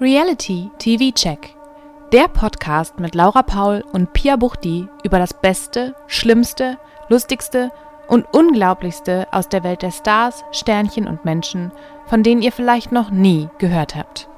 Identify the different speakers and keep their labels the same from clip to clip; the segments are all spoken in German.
Speaker 1: Reality TV Check. Der Podcast mit Laura Paul und Pia Buchti über das Beste, Schlimmste, Lustigste und Unglaublichste aus der Welt der Stars, Sternchen und Menschen, von denen ihr vielleicht noch nie gehört habt.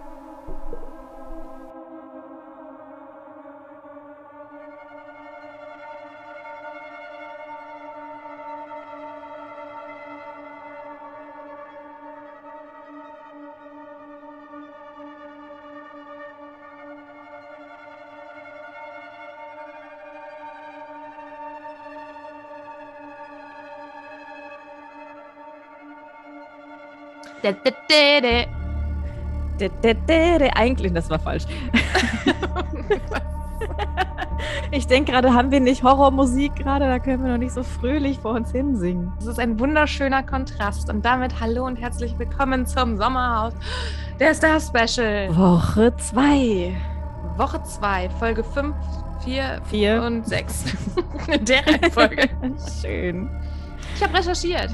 Speaker 2: Eigentlich, das war falsch. Ich denke gerade, haben wir nicht Horrormusik gerade? Da können wir noch nicht so fröhlich vor uns hinsingen.
Speaker 1: Es ist ein wunderschöner Kontrast und damit hallo und herzlich willkommen zum Sommerhaus der Star Special.
Speaker 2: Woche 2.
Speaker 1: Woche 2, Folge 5, 4
Speaker 2: Vier.
Speaker 1: und 6. In der Reihenfolge.
Speaker 2: Schön.
Speaker 1: Ich habe recherchiert.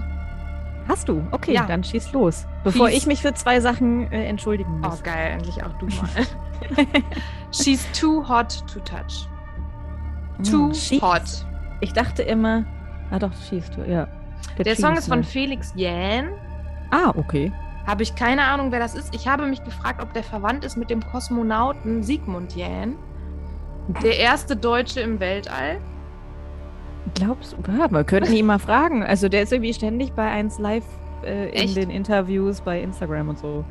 Speaker 2: Hast du? Okay,
Speaker 1: Ja.
Speaker 2: dann schieß los. Bevor
Speaker 1: Schieß.
Speaker 2: ich mich für zwei Sachen äh, entschuldigen
Speaker 1: Oh,
Speaker 2: muss.
Speaker 1: geil, endlich auch du mal. She's too hot to touch. Too
Speaker 2: Hm, schieß.
Speaker 1: hot.
Speaker 2: Ich dachte immer, ah doch, schießt du, ja.
Speaker 1: Der Song ist von
Speaker 2: schießt,
Speaker 1: Felix Jähn.
Speaker 2: ne? Ah, okay.
Speaker 1: Habe ich keine Ahnung, wer das ist. Ich habe mich gefragt, ob der verwandt ist mit dem Kosmonauten Sigmund Jähn. Der erste Deutsche im Weltall.
Speaker 2: Glaubst du? Ja, wir könnten ihn mal fragen. Also der ist irgendwie ständig bei 1 Live äh, in
Speaker 1: Echt?
Speaker 2: den Interviews bei Instagram und so.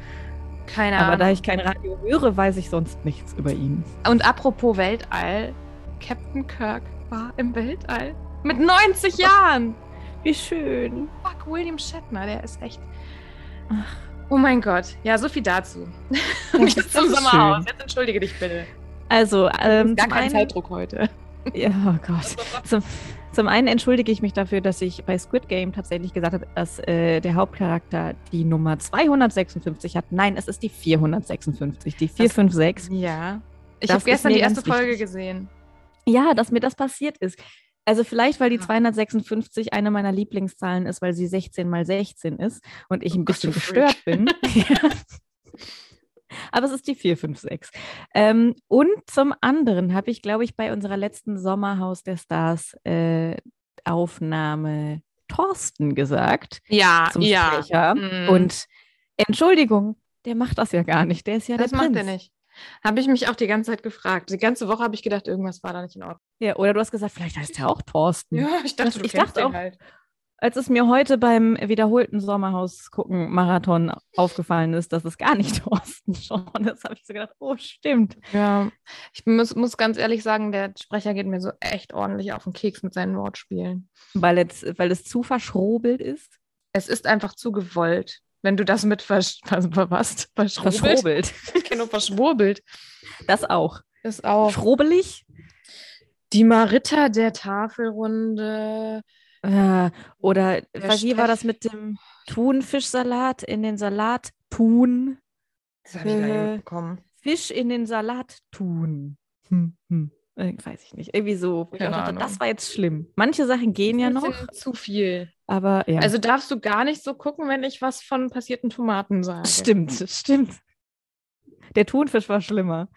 Speaker 1: Keine
Speaker 2: Aber da
Speaker 1: Ahnung.
Speaker 2: ich kein Radio höre, weiß ich sonst nichts über ihn.
Speaker 1: Und apropos Weltall, Captain Kirk war im Weltall. Mit 90 Jahren!
Speaker 2: Wie schön.
Speaker 1: Fuck, William Shatner, der ist echt. Oh mein Gott. Ja, so viel dazu. Und jetzt zum
Speaker 2: ist
Speaker 1: Sommerhaus.
Speaker 2: schön.
Speaker 1: Jetzt entschuldige dich bitte.
Speaker 2: Also, ähm,
Speaker 1: Gar
Speaker 2: zum
Speaker 1: kein
Speaker 2: einen-
Speaker 1: Zeitdruck heute.
Speaker 2: Ja, oh Gott. Zum, zum einen entschuldige ich mich dafür, dass ich bei Squid Game tatsächlich gesagt habe, dass äh, der Hauptcharakter die Nummer 256 hat. Nein, es ist die 456, die 456.
Speaker 1: Ja. Ich
Speaker 2: Das
Speaker 1: habe
Speaker 2: ist
Speaker 1: gestern
Speaker 2: mir
Speaker 1: die erste
Speaker 2: ganz
Speaker 1: Folge
Speaker 2: wichtig.
Speaker 1: gesehen.
Speaker 2: Ja, dass mir das passiert ist. Also vielleicht, weil die
Speaker 1: Ja.
Speaker 2: 256 eine meiner Lieblingszahlen ist, weil sie 16 mal 16 ist und ich ein
Speaker 1: Gott,
Speaker 2: bisschen
Speaker 1: du Freak.
Speaker 2: gestört bin. Ja. Aber es ist die 456. Ähm, und zum anderen habe ich, glaube ich, bei unserer letzten Sommerhaus der Stars äh, Aufnahme Thorsten gesagt
Speaker 1: Ah, Ja,
Speaker 2: zum Sprecher.
Speaker 1: Mm.
Speaker 2: Und Entschuldigung, der macht das ja gar nicht. Der ist ja
Speaker 1: das
Speaker 2: der
Speaker 1: macht
Speaker 2: Prinz.
Speaker 1: er nicht. Habe ich mich auch die ganze Zeit gefragt. Die ganze Woche habe ich gedacht, irgendwas war da nicht in Ordnung.
Speaker 2: Ja, oder du hast gesagt, vielleicht heißt er auch Thorsten.
Speaker 1: Ja, ich
Speaker 2: Hm. Das- ich dachte auch-
Speaker 1: halt.
Speaker 2: Als es mir heute beim wiederholten Sommerhaus gucken Marathon aufgefallen ist, dass es gar nicht Thorsten Schorn ist, habe ich so gedacht, oh stimmt.
Speaker 1: Ja, ich muss, muss ganz ehrlich sagen, der Sprecher geht mir so echt ordentlich auf den Keks mit seinen Wortspielen.
Speaker 2: Weil es, weil es zu verschrobelt ist.
Speaker 1: Es ist einfach zu gewollt, wenn du das mit versch was, was, verschrobelt.
Speaker 2: Verschrobelt.
Speaker 1: Ich kenne nur verschwurbelt.
Speaker 2: Das auch.
Speaker 1: Ist auch.
Speaker 2: Schrobelig.
Speaker 1: Die Maritta der Tafelrunde.
Speaker 2: Äh, oder
Speaker 1: Der
Speaker 2: weil wie war das
Speaker 1: Steff-
Speaker 2: mit dem Thunfischsalat in den Salat tun?
Speaker 1: Das habe ich gar nicht
Speaker 2: Äh,
Speaker 1: mitbekommen.
Speaker 2: Fisch in den Salat tun. Hm, hm. Äh, weiß ich nicht. Irgendwie so. wo Ich auch
Speaker 1: Keine
Speaker 2: dachte,
Speaker 1: Ahnung.
Speaker 2: das war jetzt schlimm. Manche Sachen gehen ja
Speaker 1: Ein
Speaker 2: noch,
Speaker 1: bisschen Zu viel.
Speaker 2: aber ja.
Speaker 1: Also darfst du gar nicht so gucken, wenn ich was von passierten Tomaten sage.
Speaker 2: Stimmt, stimmt. Der Thunfisch war schlimmer.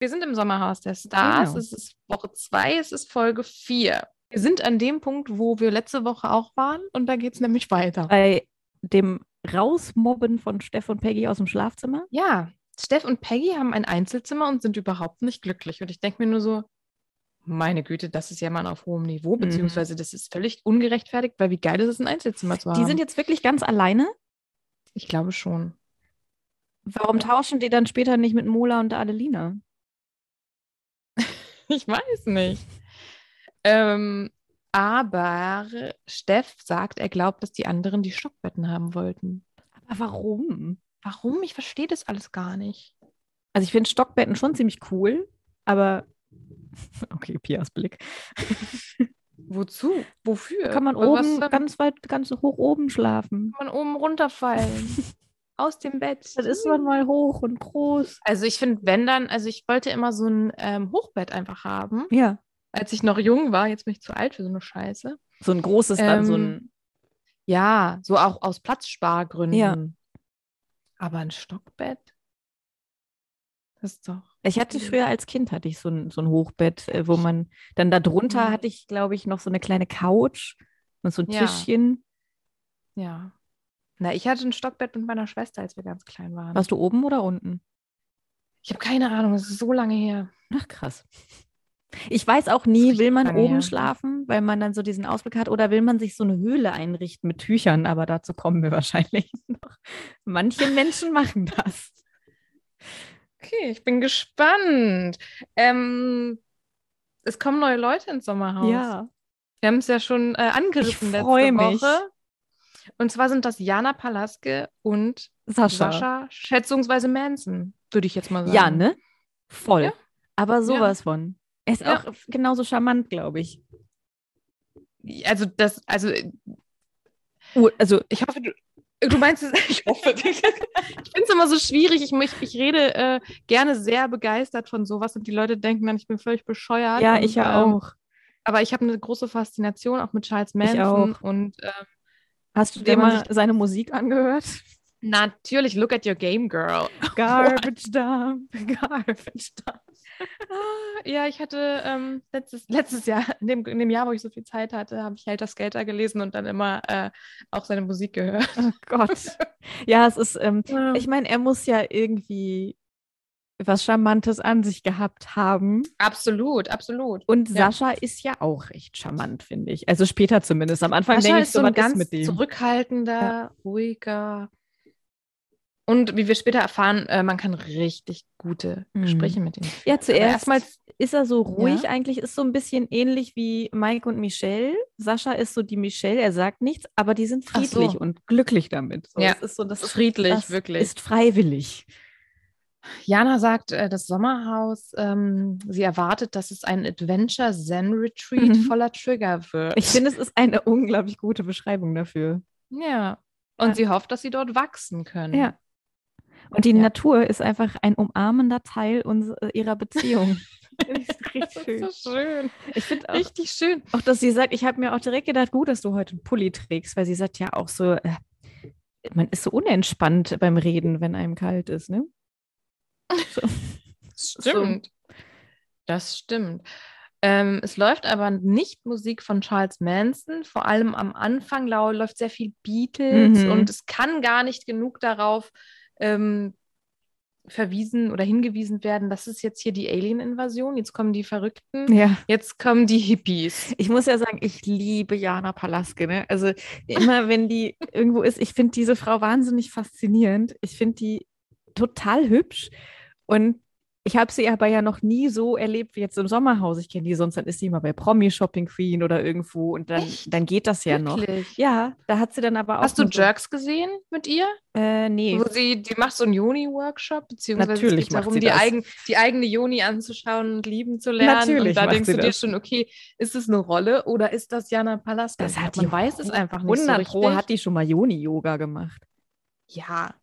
Speaker 1: Wir sind im Sommerhaus der Stars.
Speaker 2: Genau.
Speaker 1: Es ist Woche 2, es ist Folge 4. Wir sind an dem Punkt, wo wir letzte Woche auch waren und da geht es nämlich weiter.
Speaker 2: Bei dem Rausmobben von Steff und Peggy aus dem Schlafzimmer.
Speaker 1: Ja, Steff und Peggy haben ein Einzelzimmer und sind überhaupt nicht glücklich. Und ich denke mir nur so, meine Güte, das ist ja mal auf hohem Niveau,
Speaker 2: Mhm.
Speaker 1: beziehungsweise das ist völlig ungerechtfertigt, weil wie geil ist es, ein Einzelzimmer zu haben.
Speaker 2: Die sind jetzt wirklich ganz alleine.
Speaker 1: ich glaube schon.
Speaker 2: Warum tauschen die dann später nicht mit Mola und Adelina?
Speaker 1: Ich weiß nicht. Ähm, aber Steff sagt, er glaubt, dass die anderen die Stockbetten haben wollten.
Speaker 2: Aber warum?
Speaker 1: Warum? Ich verstehe das alles gar nicht.
Speaker 2: Also ich finde Stockbetten schon ziemlich cool, aber okay, Pias Blick.
Speaker 1: Wozu? Wofür?
Speaker 2: Kann man
Speaker 1: Was
Speaker 2: oben
Speaker 1: soll-
Speaker 2: ganz weit, ganz hoch oben schlafen.
Speaker 1: kann man oben runterfallen. Aus dem Bett.
Speaker 2: Dann ist man mal hoch und groß.
Speaker 1: Also ich finde, wenn dann, also ich wollte immer so ein ähm, Hochbett einfach haben,
Speaker 2: Ja.
Speaker 1: als ich noch jung war. Jetzt bin ich zu alt für so eine Scheiße.
Speaker 2: So ein großes dann, so
Speaker 1: Ähm,
Speaker 2: ein
Speaker 1: Ja, so auch aus Platzspargründen.
Speaker 2: Ähm, Ja.
Speaker 1: Aber ein Stockbett? Das ist doch.
Speaker 2: Ich hatte
Speaker 1: Mhm.
Speaker 2: früher als Kind hatte ich so ein, so ein Hochbett, äh, wo man dann darunter
Speaker 1: Mhm.
Speaker 2: hatte ich, glaube ich, noch so eine kleine Couch und so ein
Speaker 1: Ja.
Speaker 2: Tischchen.
Speaker 1: Ja. Na, ich hatte ein Stockbett mit meiner Schwester, als wir ganz klein waren.
Speaker 2: Warst du oben oder unten?
Speaker 1: Ich habe keine Ahnung, es ist so lange her.
Speaker 2: Ach krass. Ich weiß auch nie,
Speaker 1: richtig
Speaker 2: will man
Speaker 1: lange
Speaker 2: oben
Speaker 1: her.
Speaker 2: schlafen, weil man dann so diesen Ausblick hat, oder will man sich so eine Höhle einrichten mit Tüchern, aber dazu kommen wir wahrscheinlich noch. Manche Menschen machen das.
Speaker 1: Okay, ich bin gespannt. Ähm, es kommen neue Leute ins Sommerhaus. Wir haben es ja schon äh, angerissen letzte
Speaker 2: freu mich.
Speaker 1: Woche. Und zwar sind das Jana Palaske und
Speaker 2: Sascha.
Speaker 1: Sascha, schätzungsweise Manson, würde ich jetzt mal sagen.
Speaker 2: Ja, ne? Voll.
Speaker 1: Ja.
Speaker 2: Aber sowas von. Er ist
Speaker 1: Ja.
Speaker 2: auch genauso charmant, glaube ich.
Speaker 1: Also das, also
Speaker 2: Ur- Also
Speaker 1: Oh, ich hoffe, du, du meinst es, ich hoffe, ich finde es immer so schwierig. Ich, mich, ich rede äh, gerne sehr begeistert von sowas und die Leute denken dann, ich bin völlig bescheuert.
Speaker 2: Ja,
Speaker 1: und,
Speaker 2: ich ja
Speaker 1: ähm,
Speaker 2: auch.
Speaker 1: Aber ich habe eine große Faszination auch mit Charles Manson
Speaker 2: auch.
Speaker 1: und äh,
Speaker 2: Hast du dir
Speaker 1: wenn man
Speaker 2: mal seine Musik angehört?
Speaker 1: Oh natürlich, look at your game, girl.
Speaker 2: Garbage Dump, Garbage Dump.
Speaker 1: Ja, ich hatte ähm, letztes, letztes Jahr, in dem, in dem Jahr, wo ich so viel Zeit hatte, habe ich Helter Skelter gelesen und dann immer äh, auch seine Musik gehört.
Speaker 2: Oh Gott. Ja, es ist, ähm, ich meine, er muss ja irgendwie was Charmantes an sich gehabt haben.
Speaker 1: absolut, absolut.
Speaker 2: Und
Speaker 1: Ja.
Speaker 2: Sascha ist ja auch recht charmant, finde ich. Also später zumindest. Am Anfang
Speaker 1: Sascha
Speaker 2: denke ich
Speaker 1: ist so ein
Speaker 2: was ist
Speaker 1: ganz
Speaker 2: mit dem.
Speaker 1: zurückhaltender, ruhiger. Und wie wir später erfahren, äh, man kann richtig gute
Speaker 2: Mhm.
Speaker 1: Gespräche mit ihm. führen.
Speaker 2: Ja,
Speaker 1: Aber
Speaker 2: zuerst
Speaker 1: erstmal
Speaker 2: ist er so ruhig eigentlich, ist so ein bisschen ähnlich wie Mike und Michelle. Sascha ist so die Michelle, er sagt nichts, aber die sind
Speaker 1: Ach so.
Speaker 2: friedlich und glücklich damit. So,
Speaker 1: Ja.
Speaker 2: das ist so, das ist
Speaker 1: friedlich,
Speaker 2: das
Speaker 1: wirklich.
Speaker 2: ist freiwillig.
Speaker 1: Jana sagt, äh, das Sommerhaus, ähm, sie erwartet, dass es ein Adventure-Zen-Retreat
Speaker 2: Mhm.
Speaker 1: voller Trigger wird.
Speaker 2: Ich finde, es ist eine unglaublich gute Beschreibung dafür.
Speaker 1: ja. Und
Speaker 2: Ja.
Speaker 1: sie hofft, dass sie dort wachsen können.
Speaker 2: Ja. Und die
Speaker 1: Ja.
Speaker 2: Natur ist einfach ein umarmender Teil uns, äh, ihrer Beziehung.
Speaker 1: Das ist so schön.
Speaker 2: Ich finde auch,
Speaker 1: Richtig schön.
Speaker 2: auch, dass sie sagt, ich habe mir auch direkt gedacht, gut, dass du heute einen Pulli trägst, weil sie sagt ja auch so, äh, man ist so unentspannt beim Reden, wenn einem kalt ist, ne? So.
Speaker 1: Stimmt. Das stimmt. Ähm, es läuft aber nicht Musik von Charles Manson. Vor allem am Anfang lau läuft sehr viel Beatles
Speaker 2: Mhm.
Speaker 1: und es kann gar nicht genug darauf ähm, verwiesen oder hingewiesen werden, das ist jetzt hier die Alien-Invasion, jetzt kommen die Verrückten,
Speaker 2: So. Ja.
Speaker 1: jetzt kommen die Hippies.
Speaker 2: Ich muss ja sagen, ich liebe Jana Palaske. Ne? Also immer, wenn die irgendwo ist, ich finde diese Frau wahnsinnig faszinierend. Ich finde die total hübsch. Und ich habe sie aber ja noch nie so erlebt wie jetzt im Sommerhaus. Ich kenne die sonst, dann ist sie immer bei Promi Shopping Queen oder irgendwo und dann,
Speaker 1: Echt?
Speaker 2: dann geht das ja noch.
Speaker 1: Wirklich?
Speaker 2: Ja, da hat sie dann aber auch.
Speaker 1: Hast du
Speaker 2: nur so-
Speaker 1: Jerks gesehen mit ihr?
Speaker 2: Äh, nee.
Speaker 1: Wo sie, die macht so einen Joni-Workshop, beziehungsweise es
Speaker 2: Natürlich
Speaker 1: geht
Speaker 2: macht
Speaker 1: darum,
Speaker 2: sie
Speaker 1: die,
Speaker 2: das.
Speaker 1: eigen, die eigene Joni anzuschauen und lieben zu lernen.
Speaker 2: Natürlich
Speaker 1: und da
Speaker 2: macht
Speaker 1: denkst
Speaker 2: sie
Speaker 1: du dir
Speaker 2: das.
Speaker 1: schon, okay, ist es eine Rolle oder ist das Jana Palaska?
Speaker 2: Das
Speaker 1: Ich
Speaker 2: hat
Speaker 1: glaub,
Speaker 2: die
Speaker 1: man weiß es einfach nicht so
Speaker 2: 100
Speaker 1: richtig.
Speaker 2: Pro hat die schon mal Joni-Yoga gemacht.
Speaker 1: ja.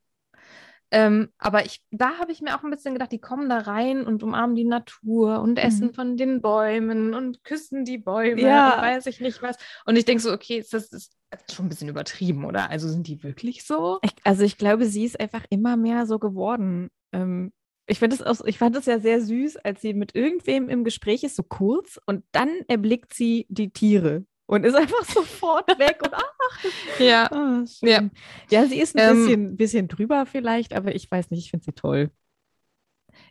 Speaker 1: Ähm, aber ich, da habe ich mir auch ein bisschen gedacht, die kommen da rein und umarmen die Natur
Speaker 2: Mhm.
Speaker 1: und essen von den Bäumen und küssen die Bäume
Speaker 2: Ja.
Speaker 1: und weiß ich nicht was. Und ich denke so, okay, ist das ist schon ein bisschen übertrieben, oder? Also sind die wirklich so?
Speaker 2: Ich, also ich glaube, sie ist einfach immer mehr so geworden. Ähm, ich, find das auch, ich fand es ja sehr süß, als sie mit irgendwem im Gespräch ist, so kurz, und dann erblickt sie die Tiere und ist einfach sofort weg und ah,
Speaker 1: Ja.
Speaker 2: ah, schön.
Speaker 1: Ja.
Speaker 2: ja, sie ist ein
Speaker 1: Ähm,
Speaker 2: bisschen, bisschen drüber vielleicht, aber ich weiß nicht, ich finde sie toll.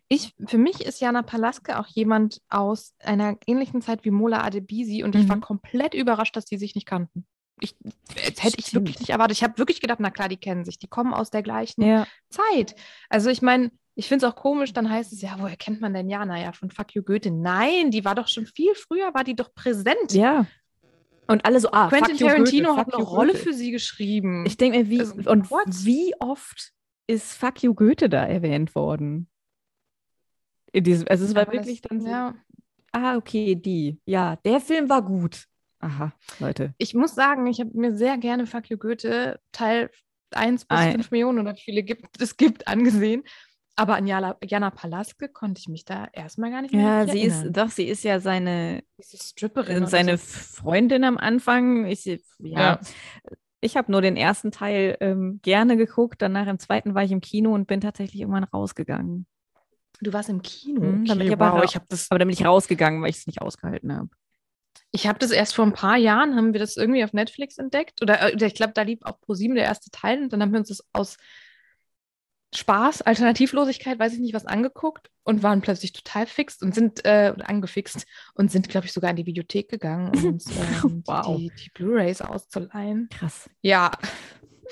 Speaker 1: Ich, für mich ist Jana Palaske auch jemand aus einer ähnlichen Zeit wie Mola Adebisi und ich war
Speaker 2: Mhm.
Speaker 1: komplett überrascht, dass die sich nicht kannten. Ich, jetzt hätte ich
Speaker 2: Stimmt.
Speaker 1: wirklich nicht erwartet. Ich habe wirklich gedacht, na klar, die kennen sich, die kommen aus der gleichen
Speaker 2: Ja.
Speaker 1: Zeit. Also ich meine, ich finde es auch komisch, dann heißt es ja, woher kennt man denn Jana? Ja, von Fuck You Goethe. Nein, die war doch schon viel früher, war die doch präsent.
Speaker 2: ja. Und alle so, ah,
Speaker 1: Quentin
Speaker 2: fuck you,
Speaker 1: Tarantino
Speaker 2: Goethe,
Speaker 1: hat
Speaker 2: fuck
Speaker 1: eine
Speaker 2: you,
Speaker 1: Rolle
Speaker 2: Goethe.
Speaker 1: für sie geschrieben.
Speaker 2: Ich denke mir, wie,
Speaker 1: Also,
Speaker 2: und
Speaker 1: what?
Speaker 2: wie oft ist Fuck You Goethe da erwähnt worden? In diesem, also es war
Speaker 1: Aber das-
Speaker 2: wirklich dann so,
Speaker 1: ja.
Speaker 2: ah, okay, die. Ja, der Film war gut. Aha, Leute.
Speaker 1: Ich muss sagen, ich habe mir sehr gerne Fuck You Goethe Teil 1 bis
Speaker 2: Ei.
Speaker 1: 5 Millionen oder wie viele gibt, es gibt angesehen. Aber an Jana, Jana Palaske konnte ich mich da erstmal gar nicht mehr
Speaker 2: Ja,
Speaker 1: richtig
Speaker 2: sie ist,
Speaker 1: erinnern.
Speaker 2: doch, sie ist ja seine, äh,
Speaker 1: Diese Stripperin. oder
Speaker 2: seine
Speaker 1: so.
Speaker 2: Freundin am Anfang. Ich, Genau, ja.
Speaker 1: Ja.
Speaker 2: Ich habe nur den ersten Teil ähm, gerne geguckt, danach im zweiten war ich im Kino und bin tatsächlich irgendwann rausgegangen.
Speaker 1: Du warst im Kino.
Speaker 2: Mhm, damit ich aber
Speaker 1: wow,
Speaker 2: ra-
Speaker 1: ich habe das,
Speaker 2: Aber dann bin ich rausgegangen, weil ich es nicht ausgehalten habe.
Speaker 1: ich hab das erst vor ein paar Jahren, haben wir das irgendwie auf Netflix entdeckt. Oder äh, ich glaube, da lief auch ProSieben der erste Teil und dann haben wir uns das aus Spaß, Alternativlosigkeit, weiß ich nicht was, angeguckt und waren plötzlich total fixt und sind äh, oder angefixt und sind, glaube ich, sogar in die Bibliothek gegangen, um uns ähm,
Speaker 2: Wow.
Speaker 1: die, die Blu-Rays auszuleihen.
Speaker 2: Krass.
Speaker 1: Ja.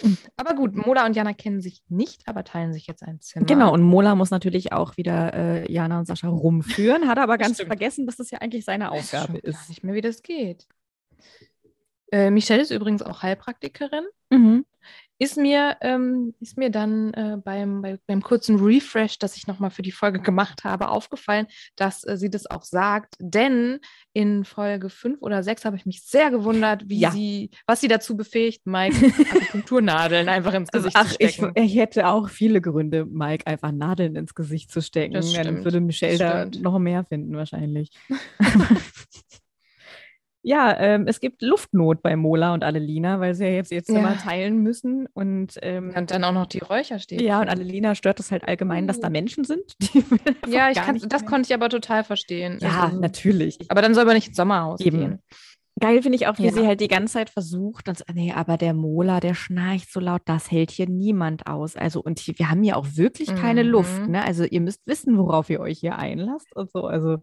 Speaker 1: Aber gut, Mola und Jana kennen sich nicht, aber teilen sich jetzt ein Zimmer.
Speaker 2: Genau, und Mola muss natürlich auch wieder äh, Jana und Sascha rumführen, hat aber ganz
Speaker 1: Stimmt.
Speaker 2: vergessen, dass das ja eigentlich seine
Speaker 1: Ich weiß
Speaker 2: Aufgabe
Speaker 1: schon Gar
Speaker 2: ist.
Speaker 1: nicht mehr, wie das geht. Äh, Michelle ist übrigens auch Heilpraktikerin.
Speaker 2: Mhm.
Speaker 1: Ist mir, ähm, ist mir dann äh, beim, bei, beim kurzen Refresh, das ich nochmal für die Folge gemacht habe, aufgefallen, dass äh, sie das auch sagt. Denn in Folge 5 oder 6 habe ich mich sehr gewundert, wie
Speaker 2: Ja.
Speaker 1: sie, was sie dazu befähigt, Mike Akupunkturnadeln einfach ins Gesicht
Speaker 2: Also Ach,
Speaker 1: zu
Speaker 2: ich,
Speaker 1: stecken.
Speaker 2: ich hätte auch viele Gründe, Mike einfach Nadeln ins Gesicht zu stecken.
Speaker 1: Das stimmt.
Speaker 2: Dann würde Michelle da
Speaker 1: Stimmt.
Speaker 2: noch mehr finden, wahrscheinlich. ja, ähm, es gibt Luftnot bei Mola und Annelina, weil sie ja jetzt ihr
Speaker 1: Ja.
Speaker 2: Zimmer teilen müssen. Und, ähm,
Speaker 1: und dann auch noch die Räucherstäbchen.
Speaker 2: ja, und Annelina stört es halt allgemein, dass da
Speaker 1: Uh.
Speaker 2: Menschen sind. Die will einfach
Speaker 1: Ja, ich
Speaker 2: gar
Speaker 1: kann,
Speaker 2: nicht
Speaker 1: das
Speaker 2: mehr.
Speaker 1: konnte ich aber total verstehen.
Speaker 2: Ja,
Speaker 1: Also,
Speaker 2: natürlich.
Speaker 1: aber dann soll man nicht ins Sommerhaus
Speaker 2: Eben.
Speaker 1: gehen.
Speaker 2: Geil finde ich auch, wie
Speaker 1: Ja.
Speaker 2: sie halt die ganze Zeit versucht, und, so, nee, aber der Mola, der schnarcht so laut, das hält hier niemand aus. Also, und hier, wir haben ja auch wirklich keine
Speaker 1: Mhm.
Speaker 2: Luft, ne? Also, ihr müsst wissen, worauf ihr euch hier einlasst und so. Also,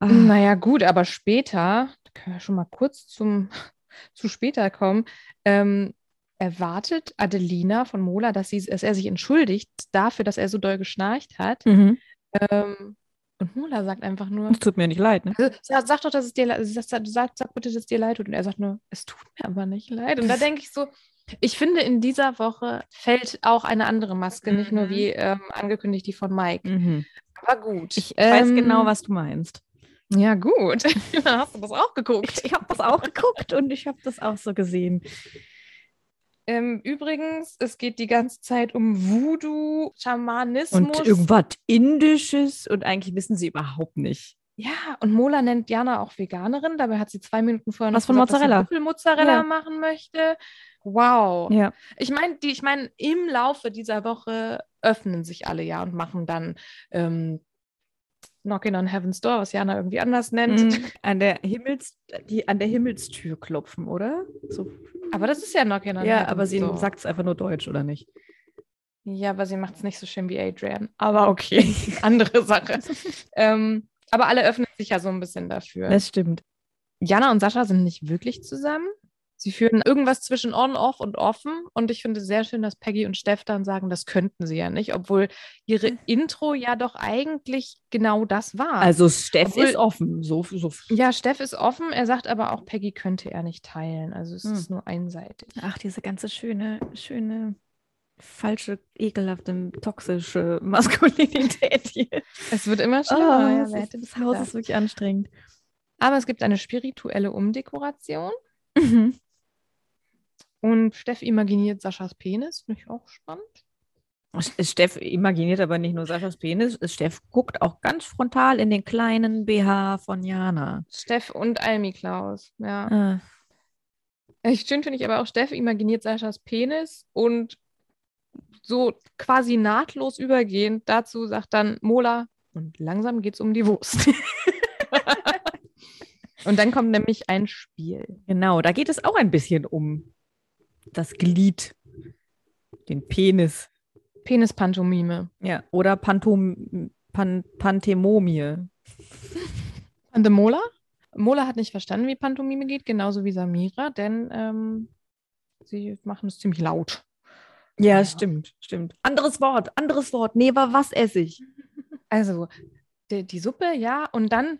Speaker 2: ah,
Speaker 1: Naja, gut, aber später, da können wir schon mal kurz zum, zu später kommen, ähm, erwartet Adelina von Mola, dass, sie, dass er sich entschuldigt dafür, dass er so doll geschnarcht hat.
Speaker 2: mhm.
Speaker 1: Ähm, und Mola sagt einfach nur,
Speaker 2: es tut mir nicht leid, ne?
Speaker 1: also, sag, sag doch, dass es dir leid sag, sag, sag bitte, dass es dir leid tut. Und er sagt nur, es tut mir aber nicht leid. Und da denke ich so, ich finde, in dieser Woche fällt auch eine andere Maske, nicht nur
Speaker 2: Mhm.
Speaker 1: wie ähm, angekündigt die von Mike. Aber gut.
Speaker 2: Ich weiß
Speaker 1: Ähm,
Speaker 2: genau, was du meinst.
Speaker 1: Ja, gut. Dann hast du das auch geguckt.
Speaker 2: habe das auch geguckt und ich habe das auch so gesehen.
Speaker 1: Ähm, übrigens, es geht die ganze Zeit um Voodoo,
Speaker 2: Und
Speaker 1: Schamanismus.
Speaker 2: irgendwas Indisches und eigentlich wissen sie überhaupt nicht.
Speaker 1: ja, und Mola nennt Jana auch Veganerin. Dabei hat sie zwei Minuten vorher
Speaker 2: Was von Mozzarella?
Speaker 1: dass sie Mozzarella
Speaker 2: Ja.
Speaker 1: machen möchte. Wow.
Speaker 2: Ja.
Speaker 1: Ich meine, die, ich meine, im Laufe dieser Woche öffnen sich alle ja und machen dann ähm, Knocking on Heaven's Door, was Jana irgendwie anders nennt.
Speaker 2: Mhm. An, der Himmels, die, an der Himmelstür klopfen, oder? So
Speaker 1: Aber das ist ja Knocking on
Speaker 2: Ja,
Speaker 1: Heaven's
Speaker 2: aber sie
Speaker 1: Door.
Speaker 2: sagt es einfach nur Deutsch, oder nicht?
Speaker 1: Ja, aber sie macht es nicht so schön wie Adrian. Aber okay, andere Sache. ähm, aber alle öffnen sich ja so ein bisschen dafür.
Speaker 2: Das stimmt.
Speaker 1: Jana und Sascha sind nicht wirklich zusammen. Sie führen irgendwas zwischen on-off und offen. Und ich finde es sehr schön, dass Peggy und Steff dann sagen, das könnten sie ja nicht, obwohl ihre
Speaker 2: Mhm.
Speaker 1: Intro ja doch eigentlich genau das war.
Speaker 2: Also Steff
Speaker 1: Obwohl-
Speaker 2: ist offen. So, so.
Speaker 1: ja, Steff ist offen, er sagt aber auch, Peggy könnte er nicht teilen. Also es
Speaker 2: Hm.
Speaker 1: ist nur einseitig.
Speaker 2: Ach, diese ganze schöne, schöne, falsche, ekelhafte, toxische Maskulinität hier.
Speaker 1: Es wird immer
Speaker 2: Oh,
Speaker 1: schlimmer. ja,
Speaker 2: das,
Speaker 1: wer
Speaker 2: ist,
Speaker 1: hätte
Speaker 2: das
Speaker 1: das
Speaker 2: Haus
Speaker 1: gedacht?
Speaker 2: ist wirklich anstrengend.
Speaker 1: aber es gibt eine spirituelle Umdekoration.
Speaker 2: Mhm.
Speaker 1: Und Steff imaginiert Saschas Penis, finde ich auch spannend.
Speaker 2: Steff imaginiert aber nicht nur Saschas Penis. Steff guckt auch ganz frontal in den kleinen BH von Jana.
Speaker 1: Steff und Almi Klaus, ja.
Speaker 2: Ah.
Speaker 1: Echt schön Äh, finde ich aber auch, Steff imaginiert Saschas Penis und so quasi nahtlos übergehend dazu sagt dann Mola, und langsam geht's um die Wurst. und dann kommt nämlich ein Spiel.
Speaker 2: Genau, da geht es auch ein bisschen um das Glied, den Penis.
Speaker 1: Penispantomime.
Speaker 2: Ja, oder Pantom Pan Pantemomie.
Speaker 1: Und der Mola? Mola hat nicht verstanden, wie Pantomime geht, genauso wie Samira, denn ähm, sie machen es ziemlich laut. Ja.
Speaker 2: stimmt, stimmt. Anderes Wort, anderes Wort. Nee, war was esse ich?
Speaker 1: Also, die, die Suppe, ja, und dann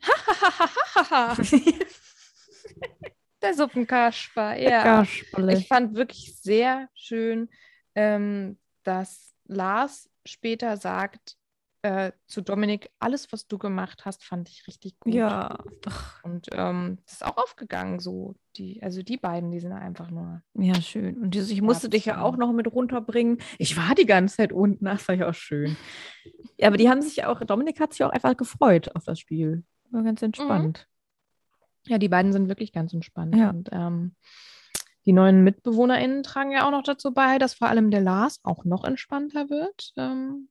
Speaker 1: der Suppenkasper, ja.
Speaker 2: Kasperle.
Speaker 1: Ich fand wirklich sehr schön, ähm, dass Lars später sagt äh, zu Dominik, alles, was du gemacht hast, fand ich richtig gut.
Speaker 2: Ja, ach,
Speaker 1: Und ähm, das ist auch aufgegangen, so. Die, also die beiden, die sind einfach nur.
Speaker 2: ja, schön. Und dieses, ich musste dich ja
Speaker 1: Absolut.
Speaker 2: auch noch mit runterbringen. Ich war die ganze Zeit unten, das war ja auch schön. Ja, aber die haben sich auch, Dominik hat sich auch einfach gefreut auf das Spiel. War ganz entspannt.
Speaker 1: Ja, die beiden sind wirklich ganz entspannt.
Speaker 2: Ja.
Speaker 1: Und ähm, Die neuen MitbewohnerInnen tragen ja auch noch dazu bei, dass vor allem der Lars auch noch entspannter wird. Ähm,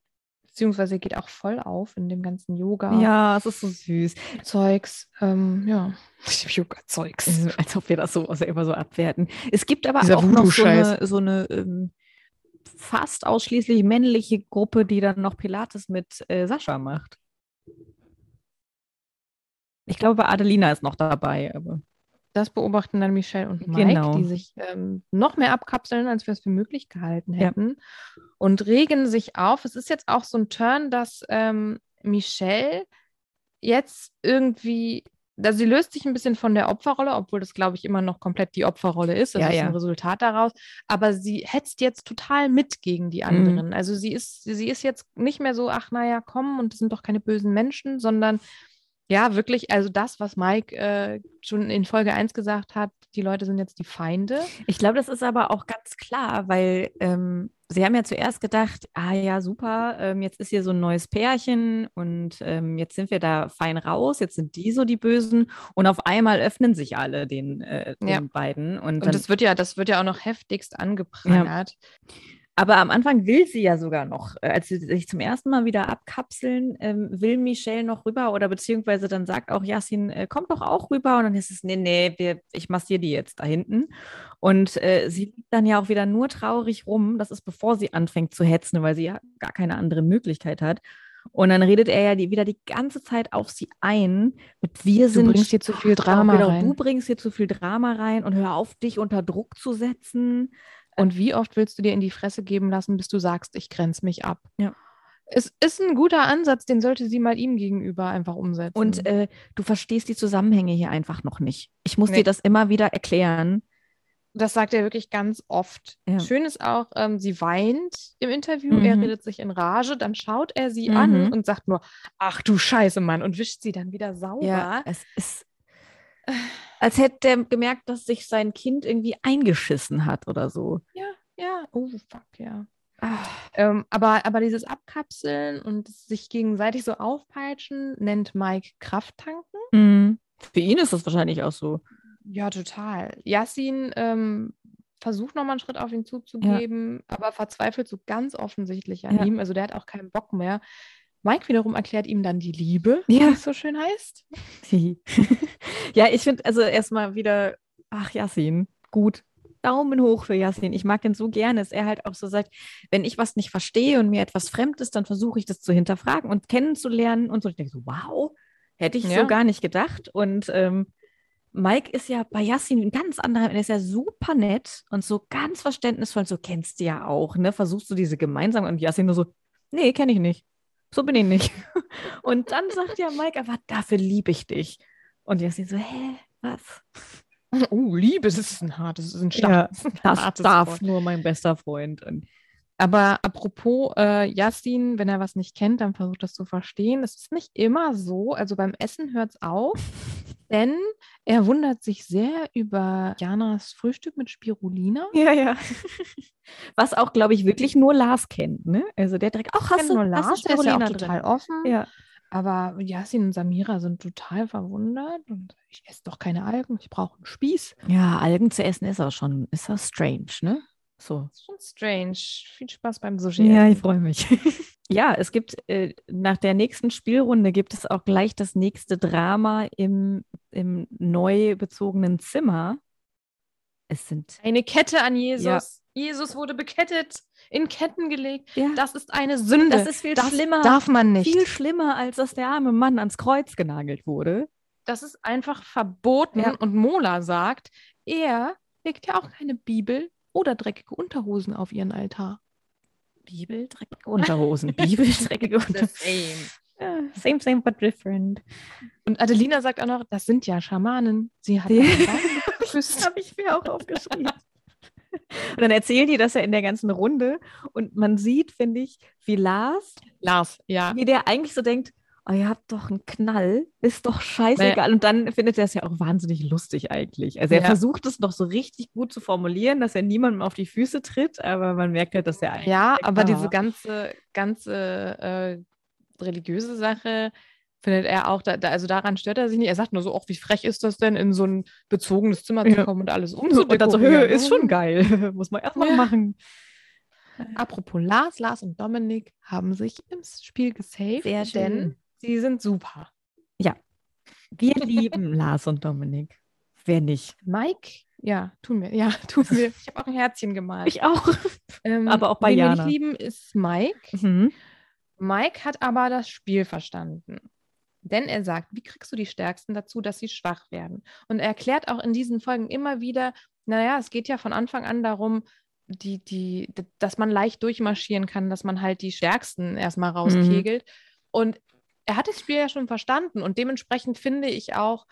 Speaker 1: beziehungsweise er geht auch voll auf in dem ganzen Yoga.
Speaker 2: Ja, es ist so süß.
Speaker 1: Zeugs, ähm, ja, Yoga-Zeugs.
Speaker 2: Also, als ob wir das so selber so abwerten. Es gibt aber
Speaker 1: Dieser
Speaker 2: auch noch so
Speaker 1: Voodoo-Scheiß.
Speaker 2: eine, so eine ähm, fast ausschließlich männliche Gruppe, die dann noch Pilates mit äh, Sascha macht. Ich glaube, Adelina ist noch dabei, aber
Speaker 1: Das beobachten dann Michelle und Mike,
Speaker 2: Genau.
Speaker 1: die sich ähm, noch mehr abkapseln, als wir es für möglich gehalten
Speaker 2: Ja.
Speaker 1: hätten und regen sich auf. Es ist jetzt auch so ein Turn, dass ähm, Michelle jetzt irgendwie, also sie löst sich ein bisschen von der Opferrolle, obwohl das, glaube ich, immer noch komplett die Opferrolle ist. Also Das
Speaker 2: Ja,
Speaker 1: ist
Speaker 2: ja.
Speaker 1: ein Resultat daraus. Aber sie hetzt jetzt total mit gegen die anderen. Also sie ist, sie ist jetzt nicht mehr so, ach naja, komm, und das sind doch keine bösen Menschen, sondern ja, wirklich, also das, was Mike äh, schon in Folge 1 gesagt hat, die Leute sind jetzt die Feinde.
Speaker 2: Ich glaube, das ist aber auch ganz klar, weil ähm, sie haben ja zuerst gedacht, ah ja, super, ähm, jetzt ist hier so ein neues Pärchen und ähm, jetzt sind wir da fein raus, jetzt sind die so die Bösen und auf einmal öffnen sich alle den, äh, den
Speaker 1: Ja.
Speaker 2: beiden. Und
Speaker 1: Und
Speaker 2: dann,
Speaker 1: das wird ja, das wird ja auch noch heftigst angeprangert.
Speaker 2: aber am Anfang will sie ja sogar noch, äh, als sie sich zum ersten Mal wieder abkapseln, ähm, will Michelle noch rüber oder beziehungsweise dann sagt auch Yassin, äh, kommt doch auch rüber und dann ist es, nee, nee, wir, ich massiere die jetzt da hinten. Und äh, sie liegt dann ja auch wieder nur traurig rum. Das ist bevor sie anfängt zu hetzen, weil sie ja gar keine andere Möglichkeit hat. Und dann redet er ja die, wieder die ganze Zeit auf sie ein. Mit wir
Speaker 1: Du
Speaker 2: sind.
Speaker 1: bringst hier zu viel
Speaker 2: Genau,
Speaker 1: Drama rein.
Speaker 2: Du bringst hier zu viel Drama rein und hör auf, dich unter Druck zu setzen.
Speaker 1: Und wie oft willst du dir in die Fresse geben lassen, bis du sagst, ich grenze mich ab?
Speaker 2: Ja.
Speaker 1: Es ist ein guter Ansatz, den sollte sie mal ihm gegenüber einfach umsetzen.
Speaker 2: Und äh, du verstehst die Zusammenhänge hier einfach noch nicht. Ich muss
Speaker 1: Nee.
Speaker 2: dir das immer wieder erklären.
Speaker 1: das sagt er wirklich ganz oft.
Speaker 2: Ja.
Speaker 1: Schön ist auch, ähm, sie weint im Interview, er
Speaker 2: Mhm.
Speaker 1: redet sich in Rage, dann schaut er sie
Speaker 2: Mhm.
Speaker 1: an und sagt nur, ach du Scheiße, Mann, und wischt sie dann wieder sauber.
Speaker 2: es ist, als hätte er gemerkt, dass sich sein Kind irgendwie eingeschissen hat oder so.
Speaker 1: Ja, ja. Oh, fuck, ja.
Speaker 2: Ah.
Speaker 1: Ähm, aber, aber dieses Abkapseln und sich gegenseitig so aufpeitschen nennt Mike Krafttanken.
Speaker 2: Mhm. Für ihn ist das wahrscheinlich auch so.
Speaker 1: Ja, total. Yassin ähm, versucht nochmal einen Schritt auf ihn zuzugeben, aber verzweifelt so ganz offensichtlich an
Speaker 2: Ja.
Speaker 1: ihm. Also der hat auch keinen Bock mehr. Mike wiederum erklärt ihm dann die Liebe,
Speaker 2: Ja.
Speaker 1: wie es so schön heißt.
Speaker 2: ja, ich finde also erstmal wieder, ach Yassin, gut. Daumen hoch für Yassin. Ich mag ihn so gerne, dass er halt auch so sagt, wenn ich was nicht verstehe und mir etwas fremd ist, dann versuche ich das zu hinterfragen und kennenzulernen und so. Ich denke so, wow, hätte ich
Speaker 1: Ja.
Speaker 2: so gar nicht gedacht. Und ähm, Mike ist ja bei Yassin ein ganz anderer, er ist ja super nett und so ganz verständnisvoll, so kennst du ja auch, ne? Versuchst du diese gemeinsam und Yassin nur so, nee, kenne ich nicht. So bin ich nicht. Und dann sagt ja Mike, aber dafür liebe ich dich. Und Yassin so, hä, was?
Speaker 1: Oh, Liebe, das ist ein hartes, das ist ein
Speaker 2: Ja,
Speaker 1: starkes,
Speaker 2: Das
Speaker 1: hartes
Speaker 2: darf
Speaker 1: Wort.
Speaker 2: nur mein bester Freund. Und
Speaker 1: Aber apropos äh, Yassin, wenn er was nicht kennt, dann versucht das zu verstehen. Es ist nicht immer so. Also beim Essen hört es auf, denn er wundert sich sehr über Janas Frühstück mit Spirulina.
Speaker 2: ja, ja. Was auch, glaube ich, wirklich nur Lars kennt, ne? Also der direkt, ach, hast
Speaker 1: Kennt
Speaker 2: du,
Speaker 1: nur
Speaker 2: hast
Speaker 1: Lars,
Speaker 2: du
Speaker 1: der ist ja auch
Speaker 2: Spirulina
Speaker 1: total
Speaker 2: drin?
Speaker 1: offen.
Speaker 2: Ja.
Speaker 1: Aber Yassin und Samira sind total verwundert und ich esse doch keine Algen, ich brauche einen Spieß.
Speaker 2: ja, Algen zu essen ist auch schon, ist auch strange, ne? So.
Speaker 1: Das ist schon strange. Viel Spaß beim Sushi.
Speaker 2: Ja, ich
Speaker 1: essen.
Speaker 2: freue mich. ja, es gibt äh, nach der nächsten Spielrunde gibt es auch gleich das nächste Drama im, im neu bezogenen Zimmer. Es sind
Speaker 1: Eine Kette an Jesus. Jesus wurde bekettet, in Ketten gelegt.
Speaker 2: ja,
Speaker 1: Das ist eine Sünde.
Speaker 2: ist viel
Speaker 1: Das darf man nicht.
Speaker 2: viel schlimmer, als dass der arme Mann ans Kreuz genagelt wurde.
Speaker 1: Das ist einfach verboten.
Speaker 2: Ja.
Speaker 1: Und Mola sagt, er legt ja auch keine Bibel oder dreckige Unterhosen auf ihren Altar.
Speaker 2: Bibel, dreckige Unterhosen. Bibel, dreckige Unterhosen. Ja, same, same, but different.
Speaker 1: Und Adelina sagt auch noch, das sind ja Schamanen. Sie hat
Speaker 2: Ja.
Speaker 1: einen Baum geküsst.
Speaker 2: Habe ich mir auch aufgeschrieben. Und dann erzählen die das ja in der ganzen Runde. Und man sieht, finde ich, wie Lars
Speaker 1: Lars, ja.
Speaker 2: wie der eigentlich so denkt, oh, ihr habt doch einen Knall, ist doch scheißegal. Und dann findet er es ja auch wahnsinnig lustig eigentlich. Also er
Speaker 1: Ja.
Speaker 2: versucht es noch so richtig gut zu formulieren, dass er niemandem auf die Füße tritt, aber man merkt halt, dass er eigentlich.
Speaker 1: Ja,
Speaker 2: denkt,
Speaker 1: aber
Speaker 2: ah.
Speaker 1: diese ganze, ganze äh, religiöse Sache findet er auch, da, da, also daran stört er sich nicht. Er sagt nur so, auch wie frech ist das denn, in so ein bezogenes Zimmer zu
Speaker 2: Ja.
Speaker 1: kommen und alles
Speaker 2: Und, so, und dann so,
Speaker 1: umzudekorieren.
Speaker 2: Höhe ist schon geil. Muss man erstmal
Speaker 1: Ja.
Speaker 2: machen.
Speaker 1: Apropos Lars, Lars und Dominik haben sich im Spiel gesaved,
Speaker 2: Sehr
Speaker 1: denn
Speaker 2: schön.
Speaker 1: sie sind super.
Speaker 2: Wir lieben Lars und Dominik. Wer nicht?
Speaker 1: Mike, ja, tun wir, ja, tun wir. Ich habe auch ein Herzchen gemalt.
Speaker 2: Ich auch.
Speaker 1: Ähm,
Speaker 2: aber auch bei
Speaker 1: wen
Speaker 2: Jana.
Speaker 1: wir nicht lieben, ist Mike.
Speaker 2: Mhm.
Speaker 1: Mike hat aber das Spiel verstanden. Denn er sagt, wie kriegst du die Stärksten dazu, dass sie schwach werden? Und er erklärt auch in diesen Folgen immer wieder, naja, es geht ja von Anfang an darum, die, die, d- dass man leicht durchmarschieren kann, dass man halt die Stärksten erstmal rauskegelt. Und er hat das Spiel ja schon verstanden. Und dementsprechend finde ich auch,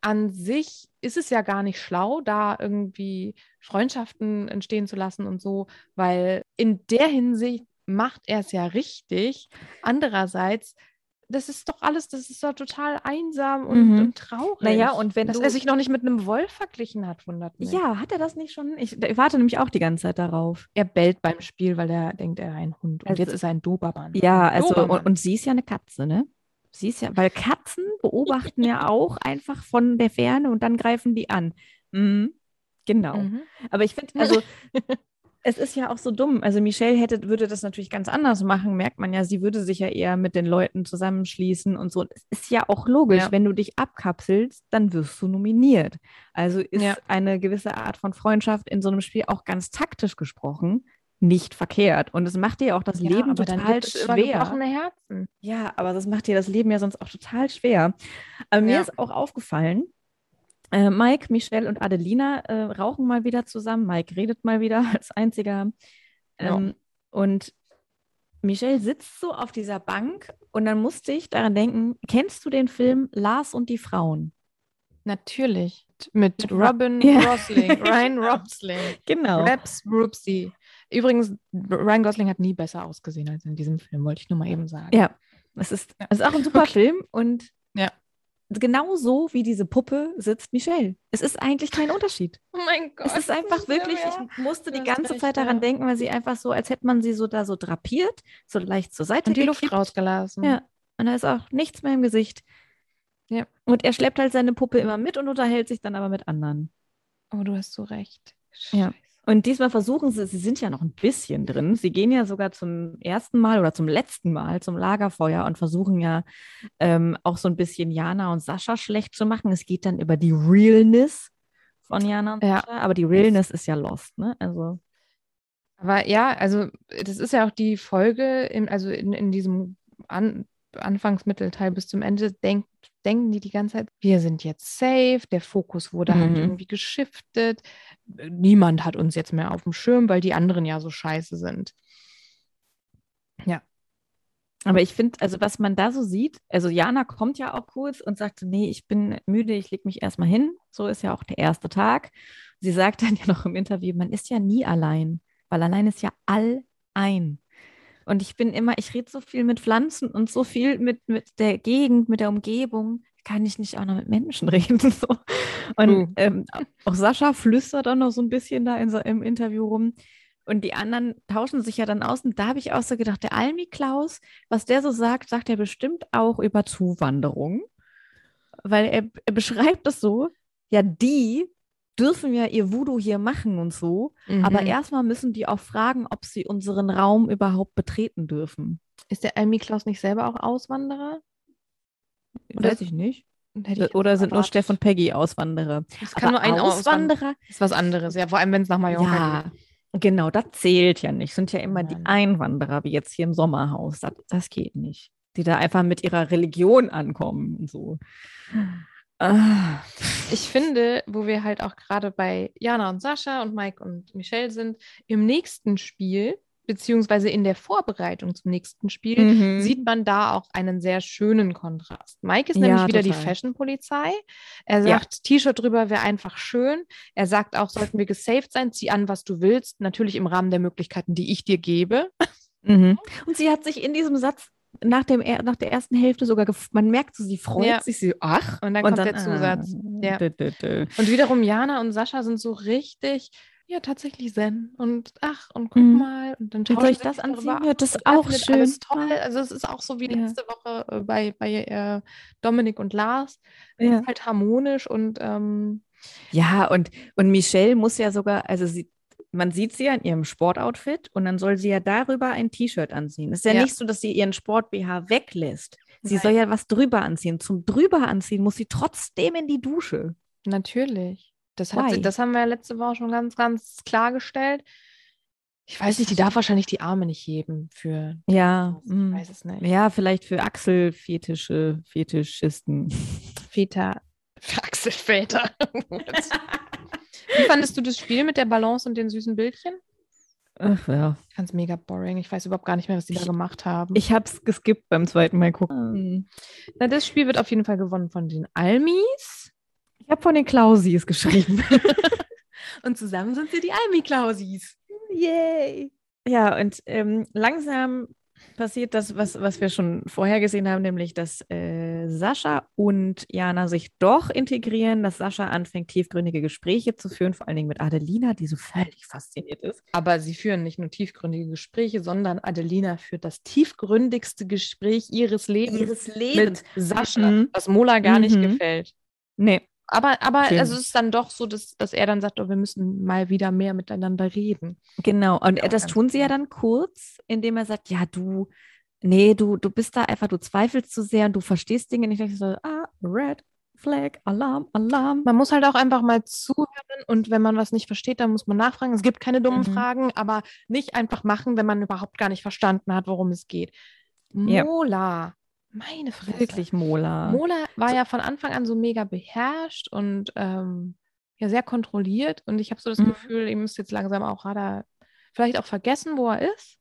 Speaker 1: an sich ist es ja gar nicht schlau, da irgendwie Freundschaften entstehen zu lassen und so, weil in der Hinsicht macht er es ja richtig. Andererseits, das ist doch alles, das ist doch total einsam und,
Speaker 2: Mhm.
Speaker 1: und traurig.
Speaker 2: Naja, und wenn
Speaker 1: dass
Speaker 2: du.
Speaker 1: er sich noch nicht mit einem Wolf verglichen hat, wundert mich.
Speaker 2: ja, hat er das nicht schon? Ich, ich warte nämlich auch die ganze Zeit darauf.
Speaker 1: Er bellt beim Spiel, weil er denkt, er sei ein Hund. Und
Speaker 2: Also-
Speaker 1: jetzt ist er ein Dobermann.
Speaker 2: Ja, also,
Speaker 1: Dobermann.
Speaker 2: und, und sie ist ja eine Katze, ne? Sie ist ja, weil Katzen beobachten ja auch einfach von der Ferne und dann greifen die an. Mhm. Genau.
Speaker 1: Mhm.
Speaker 2: Aber ich finde, also es ist ja auch so dumm. Also Michelle hätte, würde das natürlich ganz anders machen, merkt man ja. Sie würde sich ja eher mit den Leuten zusammenschließen und so. Und Es ist ja auch logisch,
Speaker 1: Ja.
Speaker 2: wenn du dich abkapselst, dann wirst du nominiert. Also ist
Speaker 1: Ja.
Speaker 2: eine gewisse Art von Freundschaft in so einem Spiel auch ganz taktisch gesprochen nicht verkehrt. Und es macht dir auch das
Speaker 1: Ja,
Speaker 2: Leben
Speaker 1: aber dann
Speaker 2: total
Speaker 1: gibt es immer
Speaker 2: schwer.
Speaker 1: gebrochene Herzen.
Speaker 2: Ja, aber das macht dir das Leben ja sonst auch total schwer. Aber mir
Speaker 1: Ja.
Speaker 2: ist auch aufgefallen, äh, Mike, Michelle und Adelina äh, rauchen mal wieder zusammen. Mike redet mal wieder als einziger.
Speaker 1: Ja.
Speaker 2: Ähm, Und Michelle sitzt so auf dieser Bank und dann musste ich daran denken, kennst du den Film Lars und die Frauen?
Speaker 1: Natürlich. Mit
Speaker 2: Ra-
Speaker 1: Robin
Speaker 2: Ja.
Speaker 1: Rosling, Ryan Rosling,
Speaker 2: Genau.
Speaker 1: Raps Rupsi. Übrigens, Ryan Gosling hat nie besser ausgesehen als in diesem Film, wollte ich nur mal eben sagen.
Speaker 2: Ja, es ist, es ist auch ein super Film und
Speaker 1: Ja.
Speaker 2: genau so wie diese Puppe sitzt Michelle. Es ist eigentlich kein Unterschied.
Speaker 1: Oh mein Gott.
Speaker 2: Es ist einfach wirklich, ich musste die
Speaker 1: Das ist
Speaker 2: ganze
Speaker 1: echt
Speaker 2: Zeit daran
Speaker 1: schwer.
Speaker 2: denken, weil sie einfach so, als hätte man sie so da so drapiert, so leicht zur Seite
Speaker 1: Und die Luft
Speaker 2: gekippt.
Speaker 1: rausgelassen.
Speaker 2: Ja, und da ist auch nichts mehr im Gesicht.
Speaker 1: Ja.
Speaker 2: Und er schleppt halt seine Puppe immer mit und unterhält sich dann aber mit anderen.
Speaker 1: Oh, du hast so recht.
Speaker 2: Ja.
Speaker 1: Scheiße.
Speaker 2: Und diesmal versuchen sie, sie sind ja noch ein bisschen drin. Sie gehen ja sogar zum ersten Mal oder zum letzten Mal zum Lagerfeuer und versuchen ja ähm, auch so ein bisschen Jana und Sascha schlecht zu machen. Es geht dann über die Realness von Jana und
Speaker 1: Ja.
Speaker 2: Sascha, aber die Realness ist ja lost, ne? Also.
Speaker 1: Aber ja, also das ist ja auch die Folge, im, also in, in diesem An Anfangsmittelteil bis zum Ende denkt, denken die die ganze Zeit, wir sind jetzt safe, der Fokus wurde
Speaker 2: Mhm.
Speaker 1: halt irgendwie geschiftet, niemand hat uns jetzt mehr auf dem Schirm, weil die anderen ja so scheiße sind.
Speaker 2: Aber ich finde, also was man da so sieht, also Jana kommt ja auch kurz und sagt, so, nee, ich bin müde, ich leg mich erstmal hin. So ist ja auch der erste Tag. Sie sagt dann ja noch im Interview, man ist ja nie allein, weil allein ist ja all ein. Und ich bin immer, ich rede so viel mit Pflanzen und so viel mit, mit der Gegend, mit der Umgebung, kann ich nicht auch noch mit Menschen reden. So. Und
Speaker 1: Mhm.
Speaker 2: ähm, auch Sascha flüstert dann noch so ein bisschen da in so, im Interview rum. Und die anderen tauschen sich ja dann aus. Und da habe ich auch so gedacht, der Almi Klaus, was der so sagt, sagt er bestimmt auch über Zuwanderung. Weil er, er beschreibt es so, ja, die dürfen ja ihr Voodoo hier machen und so. Aber
Speaker 1: Mhm.
Speaker 2: erstmal müssen die auch fragen, ob sie unseren Raum überhaupt betreten dürfen.
Speaker 1: ist der Almi Klaus nicht selber auch Auswanderer? Oder
Speaker 2: ich nicht.
Speaker 1: Hätte ich
Speaker 2: Äh, Oder sind nur
Speaker 1: erwartet.
Speaker 2: Steff und Peggy Auswanderer?
Speaker 1: Es kann nur ein Auswanderer.
Speaker 2: Auswanderer.
Speaker 1: Ist was anderes, ja, vor allem wenn es nach Mallorca
Speaker 2: Ja, genau, das zählt ja nicht. Sind ja immer die
Speaker 1: Nein.
Speaker 2: Einwanderer, wie jetzt hier im Sommerhaus. Das, das geht nicht. Die da einfach mit ihrer Religion ankommen und so. Ah.
Speaker 1: geht. Ich finde, wo wir halt auch gerade bei Jana und Sascha und Mike und Michelle sind, im nächsten Spiel, beziehungsweise in der Vorbereitung zum nächsten Spiel,
Speaker 2: Mhm.
Speaker 1: sieht man da auch einen sehr schönen Kontrast. Mike ist
Speaker 2: Ja,
Speaker 1: nämlich wieder die
Speaker 2: total.
Speaker 1: Fashion-Polizei. Er
Speaker 2: Ja.
Speaker 1: sagt, T-Shirt drüber wäre einfach schön. Er sagt auch, sollten wir gesaved sein, zieh an, was du willst. Natürlich im Rahmen der Möglichkeiten, die ich dir gebe.
Speaker 2: Mhm. Und sie hat sich in diesem Satz nach, dem, er- nach der ersten Hälfte sogar, gef- man merkt so, sie freut
Speaker 1: Ja.
Speaker 2: sich, sie, ach.
Speaker 1: Und dann kommt der Zusatz.
Speaker 2: ah,
Speaker 1: Ja.
Speaker 2: dö, dö, dö.
Speaker 1: Und wiederum Jana und Sascha sind so richtig ja, tatsächlich Zen. Und ach, und guck
Speaker 2: Mhm.
Speaker 1: mal. Und dann
Speaker 2: Wenn
Speaker 1: tauschen
Speaker 2: soll ich
Speaker 1: sie
Speaker 2: das
Speaker 1: sich darüber
Speaker 2: anziehen?
Speaker 1: aus.
Speaker 2: Wird das
Speaker 1: Er
Speaker 2: auch
Speaker 1: findet
Speaker 2: schön. ne?
Speaker 1: Alles toll. Also es ist auch so wie
Speaker 2: Ja.
Speaker 1: letzte Woche äh, bei, bei äh, Dominik und Lars. Es
Speaker 2: Ja.
Speaker 1: Ist halt harmonisch und ähm,
Speaker 2: Ja, und, und Michelle muss ja sogar, also sie, man sieht sie ja in ihrem Sportoutfit und dann soll sie ja darüber ein T-Shirt anziehen. Ist ja,
Speaker 1: Ja.
Speaker 2: nicht so, dass sie ihren Sport-BH weglässt. Sie
Speaker 1: Nein.
Speaker 2: soll ja was drüber anziehen. Zum drüber anziehen muss sie trotzdem in die Dusche.
Speaker 1: natürlich. Das, hat sie,
Speaker 2: Why?
Speaker 1: das haben wir ja letzte Woche schon ganz, ganz klargestellt. Ich weiß nicht, die darf wahrscheinlich die Arme nicht heben für. ne?
Speaker 2: Ja,
Speaker 1: Ich
Speaker 2: mm.
Speaker 1: weiß es nicht.
Speaker 2: ja, vielleicht für Achselfetische, Fetischisten.
Speaker 1: Väter. Achselväter. Wie fandest du das Spiel mit der Balance und den süßen Bildchen?
Speaker 2: Ach ja.
Speaker 1: Ich fand es mega boring. Ich weiß überhaupt gar nicht mehr, was die da
Speaker 2: Ich-
Speaker 1: gemacht haben.
Speaker 2: Ich hab's geskippt beim zweiten Mal gucken.
Speaker 1: Na, das Spiel wird auf jeden Fall gewonnen von den Almis.
Speaker 2: Ich habe von den Klausis geschrieben.
Speaker 1: Und zusammen sind wir die Almi-Klausis.
Speaker 2: Yay! Ja, und ähm, langsam passiert das, was, was wir schon vorher gesehen haben, nämlich, dass äh, Sascha und Jana sich doch integrieren, dass Sascha anfängt, tiefgründige Gespräche zu führen, vor allen Dingen mit Adelina, die so völlig fasziniert ist.
Speaker 1: Aber sie führen nicht nur tiefgründige Gespräche, sondern Adelina führt das tiefgründigste Gespräch ihres Lebens mit Sascha,
Speaker 2: Mhm.
Speaker 1: was Mola gar nicht
Speaker 2: Mhm.
Speaker 1: gefällt.
Speaker 2: Nee,
Speaker 1: Aber, aber
Speaker 2: Schön.
Speaker 1: also es ist dann doch so, dass, dass er dann sagt, oh, wir müssen mal wieder mehr miteinander reden.
Speaker 2: genau. Und
Speaker 1: Ja,
Speaker 2: äh, das
Speaker 1: ganz
Speaker 2: tun sie ja
Speaker 1: genau.
Speaker 2: dann kurz, indem er sagt, ja, du, nee, du, du bist da einfach, du zweifelst zu sehr und du verstehst Dinge nicht. Und ich dachte so, ah, Red Flag, Alarm, Alarm.
Speaker 1: Man muss halt auch einfach mal zuhören und wenn man was nicht versteht, dann muss man nachfragen. Es gibt keine dummen
Speaker 2: Mhm.
Speaker 1: Fragen, aber nicht einfach machen, wenn man überhaupt gar nicht verstanden hat, worum es geht.
Speaker 2: Ja.
Speaker 1: Mola, meine Fresse.
Speaker 2: Wirklich, Mola.
Speaker 1: Mola war ja von Anfang an so mega beherrscht und ähm, ja sehr kontrolliert und ich habe so das
Speaker 2: Mhm.
Speaker 1: Gefühl, ihm ist jetzt langsam auch Radar vielleicht auch vergessen, wo er ist.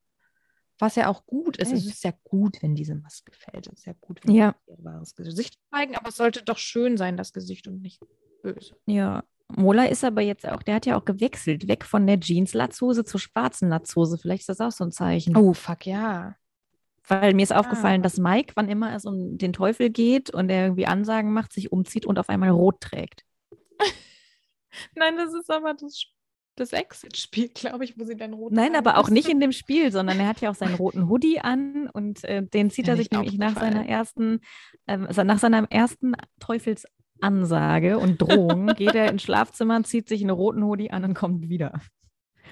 Speaker 1: Was ja auch gut ist. Also, Es
Speaker 2: Echt?
Speaker 1: ist ja gut, wenn diesem was gefällt. Es ist ja gut, wenn
Speaker 2: Ja.
Speaker 1: sie ihr wahres Gesicht zeigen, aber es sollte doch schön sein, das Gesicht und nicht böse.
Speaker 2: Ja, Mola ist aber jetzt auch, der hat ja auch gewechselt, weg von der Jeans-Latzhose zur schwarzen Latzhose. Vielleicht ist das auch so ein Zeichen.
Speaker 1: Oh, fuck, ja.
Speaker 2: Weil mir ist
Speaker 1: Ah.
Speaker 2: aufgefallen, dass Mike, wann immer es um den Teufel geht und er irgendwie Ansagen macht, sich umzieht und auf einmal rot trägt.
Speaker 1: Nein, das ist aber das, Sp- das Exit-Spiel, glaube ich, wo sie dann rot
Speaker 2: Nein,
Speaker 1: tragen
Speaker 2: aber auch
Speaker 1: müssen.
Speaker 2: nicht in dem Spiel, sondern er hat ja auch seinen roten Hoodie an und äh, den zieht
Speaker 1: Mir
Speaker 2: er
Speaker 1: nicht
Speaker 2: sich nämlich nach seiner
Speaker 1: aufgefallen.
Speaker 2: ersten, ähm, se- nach seiner ersten Teufelsansage und Drohung geht er ins Schlafzimmer, zieht sich einen roten Hoodie an und kommt wieder.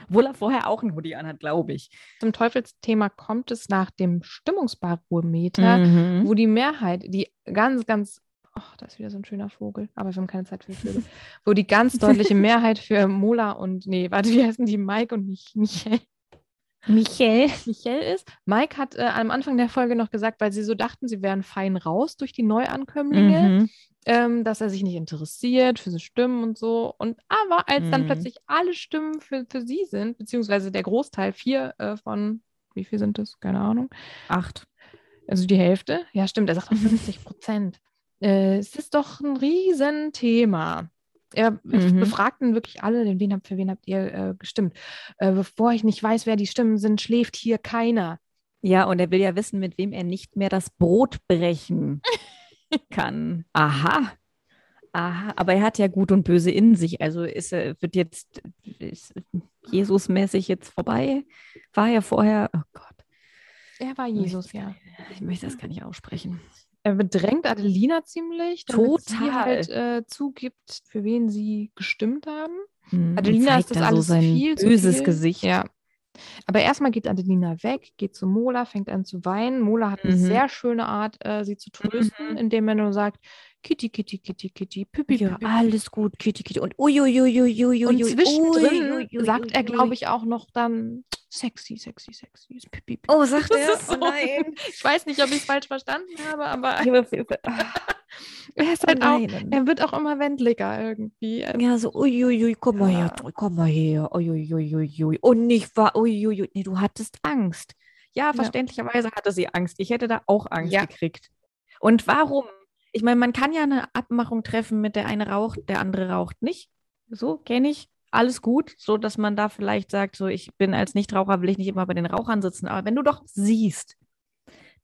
Speaker 2: Obwohl er vorher auch einen Hoodie anhat, glaube ich.
Speaker 1: Zum Teufelsthema kommt es nach dem Stimmungsbarometer.
Speaker 2: Mhm.
Speaker 1: wo die Mehrheit, die ganz, ganz, ach, da ist wieder so ein schöner Vogel, aber wir haben keine Zeit für Vögel, wo die ganz deutliche Mehrheit für Mola und, nee, warte, wie heißen die, Mike und Mich Michael,
Speaker 2: Michael.
Speaker 1: Michael ist. Mike hat äh, am Anfang der Folge noch gesagt, weil sie so dachten, sie wären fein raus durch die Neuankömmlinge,
Speaker 2: Mhm.
Speaker 1: ähm, dass er sich nicht interessiert für so Stimmen und so. Und aber als dann
Speaker 2: Mhm.
Speaker 1: plötzlich alle Stimmen für, für sie sind, beziehungsweise der Großteil, vier äh, von, wie viel sind das? Keine Ahnung.
Speaker 2: Acht.
Speaker 1: Also die Hälfte? Ja, stimmt, er sagt auch 50 Prozent. Äh, es ist doch ein Riesenthema. Er
Speaker 2: Mhm.
Speaker 1: befragten wirklich alle, den- wen habt, für wen habt ihr äh, gestimmt. Äh, bevor ich nicht weiß, wer die Stimmen sind, schläft hier keiner.
Speaker 2: Ja, und er will ja wissen, mit wem er nicht mehr das Brot brechen kann. Aha. Aha, aber er hat ja Gut und Böse in sich. Also ist er, wird jetzt ist Jesus-mäßig jetzt vorbei. War ja vorher, oh Gott,
Speaker 1: Er war Jesus, ja.
Speaker 2: ich möchte das gar nicht aussprechen.
Speaker 1: Er bedrängt Adelina ziemlich, damit sie
Speaker 2: Total.
Speaker 1: halt äh, zugibt, für wen sie gestimmt haben.
Speaker 2: Hm, und
Speaker 1: Adelina ist
Speaker 2: zeigt
Speaker 1: das
Speaker 2: da
Speaker 1: alles
Speaker 2: so sein
Speaker 1: viel zu
Speaker 2: böses
Speaker 1: viel.
Speaker 2: Gesicht.
Speaker 1: Ja. Aber erstmal geht Adelina weg, geht zu Mola, fängt an zu weinen. Mola hat eine
Speaker 2: Mhm.
Speaker 1: sehr schöne Art, äh, sie zu trösten,
Speaker 2: Mhm.
Speaker 1: indem er nur sagt, Kitty, Kitty, Kitty, Kitty, Pippi,
Speaker 2: Ja,
Speaker 1: Pippi.
Speaker 2: alles gut, Kitty, Kitty. Und uiuiuiuiuiui.
Speaker 1: Und zwischendrin
Speaker 2: uiuiui,
Speaker 1: sagt er,
Speaker 2: uiui.
Speaker 1: glaube ich, auch noch dann sexy, sexy, sexy, ist Pippi, Pippi.
Speaker 2: Oh, sagt
Speaker 1: Das
Speaker 2: er?
Speaker 1: ist
Speaker 2: Oh
Speaker 1: so-
Speaker 2: nein.
Speaker 1: Ich weiß nicht, ob ich es falsch verstanden habe, aber
Speaker 2: Er
Speaker 1: er
Speaker 2: Oh
Speaker 1: ist halt auch, er wird auch immer wendliger irgendwie. Also,
Speaker 2: Ja, so, uiuiui, komm mal her,
Speaker 1: Ja.
Speaker 2: dr- komm mal her, uiuiuiui. Und nicht wahr, uiuiui. Nee, du hattest Angst. Ja, verständlicherweise hatte sie Angst. Ich hätte da auch Angst
Speaker 1: Ja.
Speaker 2: gekriegt. Und warum? Ich meine, man kann ja eine Abmachung treffen mit der eine raucht, der andere raucht nicht. So, kenne ich. Alles gut, so dass man da vielleicht sagt, so ich bin als Nichtraucher, will ich nicht immer bei den Rauchern sitzen. Aber wenn du doch siehst,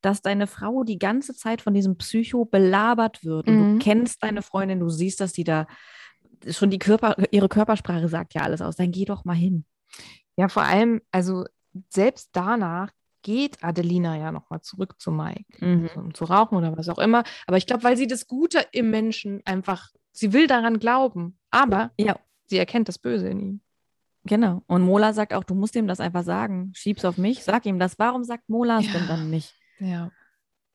Speaker 2: dass deine Frau die ganze Zeit von diesem Psycho belabert wird und
Speaker 1: Mhm.
Speaker 2: du kennst deine Freundin, du siehst, dass die da schon die Körper, ihre Körpersprache sagt ja alles aus. Dann geh doch mal hin.
Speaker 1: Ja, vor allem, also selbst danach geht Adelina ja nochmal zurück zu Mike,
Speaker 2: Mhm.
Speaker 1: also, um zu rauchen oder was auch immer. Aber ich glaube, weil sie das Gute im Menschen einfach, sie will daran glauben, aber
Speaker 2: Ja.
Speaker 1: sie erkennt das Böse in ihm.
Speaker 2: Genau. Und Mola sagt auch, du musst ihm das einfach sagen. Schieb's auf mich, sag ihm das. Warum sagt Mola es
Speaker 1: Ja.
Speaker 2: denn dann nicht?
Speaker 1: Ja.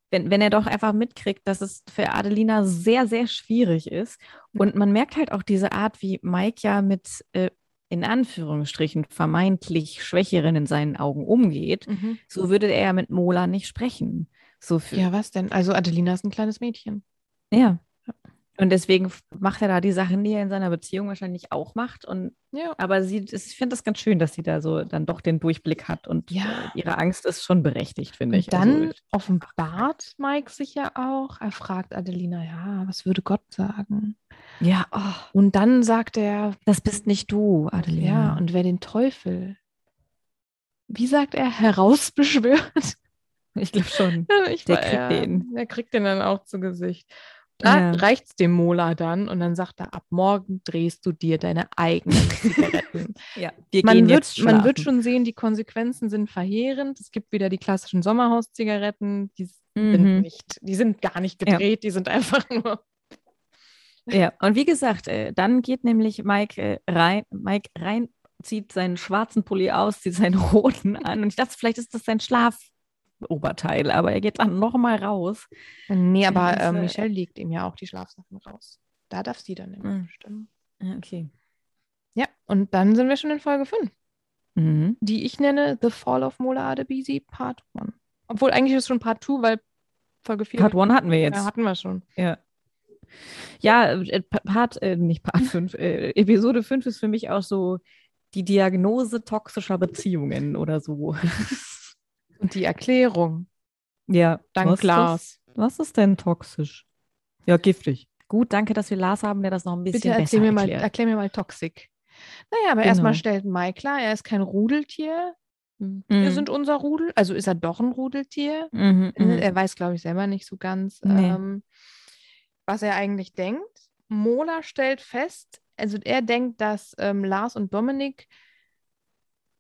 Speaker 2: wenn, wenn er doch einfach mitkriegt, dass es für Adelina sehr, sehr schwierig ist. Und man merkt halt auch diese Art, wie Mike ja mit äh, in Anführungsstrichen vermeintlich Schwächeren in seinen Augen umgeht.
Speaker 1: Mhm.
Speaker 2: So würde er ja mit Mola nicht sprechen. So für,
Speaker 1: Ja, was denn? Also Adelina ist ein kleines Mädchen.
Speaker 2: ja. Und deswegen f- macht er da die Sachen, die er in seiner Beziehung wahrscheinlich auch macht. Und
Speaker 1: Ja.
Speaker 2: aber sie, ich finde das ganz schön, dass sie da so dann doch den Durchblick hat und
Speaker 1: Ja.
Speaker 2: äh, ihre Angst ist schon berechtigt, finde ich.
Speaker 1: Und dann
Speaker 2: also,
Speaker 1: offenbart Mike sich ja auch. Er fragt Adelina, ja, was würde Gott sagen?
Speaker 2: ja, oh,
Speaker 1: Und dann sagt er,
Speaker 2: das bist nicht du, Adelina.
Speaker 1: ja, und wer den Teufel, wie sagt er, herausbeschwört?
Speaker 2: Ich glaube schon.
Speaker 1: Ich
Speaker 2: Der
Speaker 1: war-
Speaker 2: kriegt
Speaker 1: ja,
Speaker 2: den.
Speaker 1: Der kriegt den dann auch zu Gesicht. Da
Speaker 2: Ja.
Speaker 1: reicht's dem Mola dann und dann sagt er, ab morgen drehst du dir deine eigenen Zigaretten.
Speaker 2: Ja, wir
Speaker 1: man,
Speaker 2: gehen
Speaker 1: wird,
Speaker 2: jetzt
Speaker 1: man wird
Speaker 2: schlafen.
Speaker 1: schon sehen, die Konsequenzen sind verheerend. Es gibt wieder die klassischen Sommerhauszigaretten, die sind
Speaker 2: Mhm.
Speaker 1: nicht, die sind gar nicht
Speaker 2: Ja.
Speaker 1: gedreht, die sind einfach nur.
Speaker 2: Ja, und wie gesagt, äh, dann geht nämlich Mike äh, rein, Mike rein, zieht seinen schwarzen Pulli aus, zieht seinen roten an. Und ich dachte, vielleicht ist das sein Schlafoberteil, aber er geht dann nochmal raus.
Speaker 1: Nee,
Speaker 2: aber,
Speaker 1: aber äh,
Speaker 2: ähm,
Speaker 1: Michelle legt ihm ja auch die Schlafsachen raus. Da darf sie dann immer
Speaker 2: Mhm.
Speaker 1: bestimmen.
Speaker 2: Ja, Okay.
Speaker 1: Ja, und dann sind wir schon in Folge 5,
Speaker 2: Mhm.
Speaker 1: die ich nenne The Fall of Mola Adebisi Part 1. Obwohl eigentlich ist es schon Part 2, weil Folge 4
Speaker 2: Part 1 hatten wir jetzt.
Speaker 1: ja, hatten wir schon.
Speaker 2: Ja. Ja, äh, Pa- Part, äh, nicht Part 5, äh, Episode 5 ist für mich auch so die Diagnose toxischer Beziehungen oder so.
Speaker 1: Und die Erklärung,
Speaker 2: Ja,
Speaker 1: dank
Speaker 2: was ist das?
Speaker 1: Lars.
Speaker 2: Was ist denn toxisch? Ja, giftig. Gut, danke, dass wir Lars haben, der das noch ein bisschen
Speaker 1: Bitte erzähl
Speaker 2: besser
Speaker 1: mir mal,
Speaker 2: erklärt.
Speaker 1: erklär mir mal Toxik. Naja, aber erstmal
Speaker 2: Genau.
Speaker 1: stellt Mai klar, er ist kein Rudeltier. äh, Wir
Speaker 2: Mhm.
Speaker 1: sind unser Rudel. Also ist er doch ein Rudeltier.
Speaker 2: Mhm, mhm.
Speaker 1: Äh, Er weiß, glaube ich, selber nicht so ganz,
Speaker 2: Nee.
Speaker 1: ähm, was er eigentlich denkt. Mola stellt fest, also er denkt, dass ähm, Lars und Dominik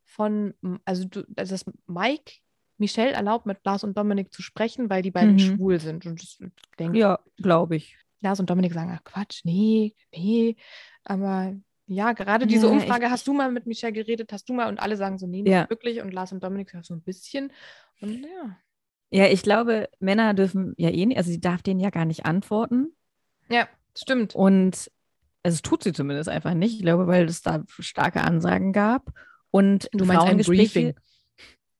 Speaker 1: von, also, du, also dass Mike Michelle erlaubt, mit Lars und Dominik zu sprechen, weil die beiden
Speaker 2: Mhm.
Speaker 1: schwul sind. Und das denkt
Speaker 2: ja, glaube ich.
Speaker 1: Lars und Dominik sagen, ach Quatsch, nee, nee. Aber ja, gerade diese
Speaker 2: Ja, ich-
Speaker 1: Umfrage, hast du mal mit Michelle geredet, hast du mal? Und alle sagen so, nee, nicht
Speaker 2: Ja.
Speaker 1: wirklich. Und Lars und Dominik sagen so ein bisschen. Und ja.
Speaker 2: Ja, ich glaube, Männer dürfen ja eh nicht, also sie darf denen ja gar nicht antworten.
Speaker 1: Ja, stimmt.
Speaker 2: Und also es tut sie zumindest einfach nicht, ich glaube, weil es da starke Ansagen gab. Und
Speaker 1: Du meinst ein
Speaker 2: Frauengespräche-
Speaker 1: Briefing.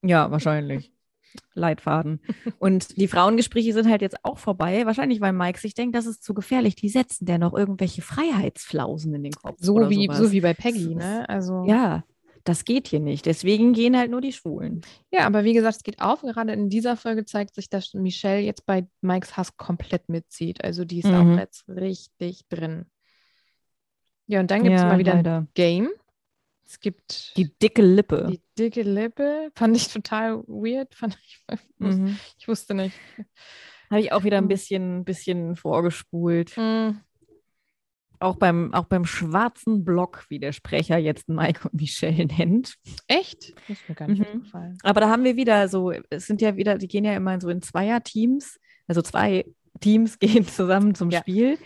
Speaker 2: Ja, wahrscheinlich. Leitfaden. Und die Frauengespräche sind halt jetzt auch vorbei. Wahrscheinlich, weil Mike sich denkt, das ist zu gefährlich. Die setzen der noch irgendwelche Freiheitsflausen in den Kopf.
Speaker 1: So
Speaker 2: oder
Speaker 1: wie,
Speaker 2: sowas.
Speaker 1: so wie bei
Speaker 2: Das
Speaker 1: Peggy,
Speaker 2: ist-
Speaker 1: ne? Also, ja.
Speaker 2: Ja, das geht hier nicht. Deswegen gehen halt nur die Schwulen.
Speaker 1: ja, aber wie gesagt, es geht auf. Gerade in dieser Folge zeigt sich, dass Michelle jetzt bei Mikes Hass komplett mitzieht. Also die ist
Speaker 2: Mhm.
Speaker 1: auch jetzt richtig drin. Ja, und dann gibt es mal wieder ein
Speaker 2: leider.
Speaker 1: Game. Es gibt
Speaker 2: die dicke Lippe.
Speaker 1: Die dicke Lippe fand ich total weird. Fand ich,
Speaker 2: Mhm.
Speaker 1: ich wusste nicht.
Speaker 2: Habe ich auch wieder ein
Speaker 1: Mhm.
Speaker 2: bisschen, bisschen vorgespult. Auch beim, auch beim schwarzen Block, wie der Sprecher jetzt Mike und Michelle nennt.
Speaker 1: Echt? Das ist mir gar nicht
Speaker 2: Mhm.
Speaker 1: aufgefallen.
Speaker 2: Aber da haben wir wieder so, es sind ja wieder, die gehen ja immer so in Zweierteams. Also zwei Teams gehen zusammen zum
Speaker 1: Ja.
Speaker 2: Spiel.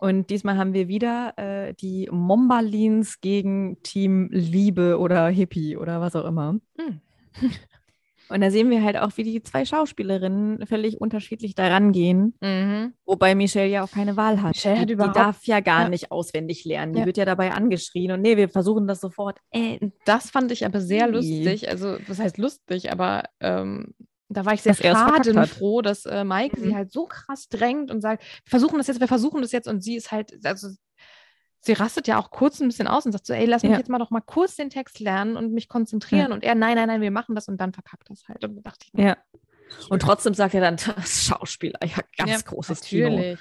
Speaker 2: Und diesmal haben wir wieder äh, die Mombalins gegen Team Liebe oder Hippie oder was auch immer.
Speaker 1: Hm.
Speaker 2: Und da sehen wir halt auch, wie die zwei Schauspielerinnen völlig unterschiedlich daran gehen, wobei Michelle ja auch keine Wahl hat.
Speaker 1: Michelle hat
Speaker 2: die, die
Speaker 1: überhaupt-
Speaker 2: darf ja gar
Speaker 1: Ja.
Speaker 2: nicht auswendig lernen.
Speaker 1: Ja.
Speaker 2: Die wird ja dabei angeschrien und nee, wir versuchen das sofort. Äh,
Speaker 1: Das fand ich aber sehr
Speaker 2: Ui.
Speaker 1: lustig. Also, was heißt lustig? Aber ähm, da war ich sehr
Speaker 2: Dass er es verkackt hat.
Speaker 1: fadenfroh, dass äh, Mike
Speaker 2: Mhm.
Speaker 1: sie halt so krass drängt und sagt: Wir versuchen das jetzt, wir versuchen das jetzt. Und sie ist halt, also. Sie rastet ja auch kurz ein bisschen aus und sagt so, ey, lass mich
Speaker 2: Ja.
Speaker 1: jetzt mal doch mal kurz den Text lernen und mich konzentrieren. Und er, nein, nein, nein, wir machen das und dann verkackt das halt. Und da dachte ich,
Speaker 2: ja. Und trotzdem sagt er dann, das Schauspieler, ja, ganz
Speaker 1: Ja,
Speaker 2: großes Kino.
Speaker 1: natürlich.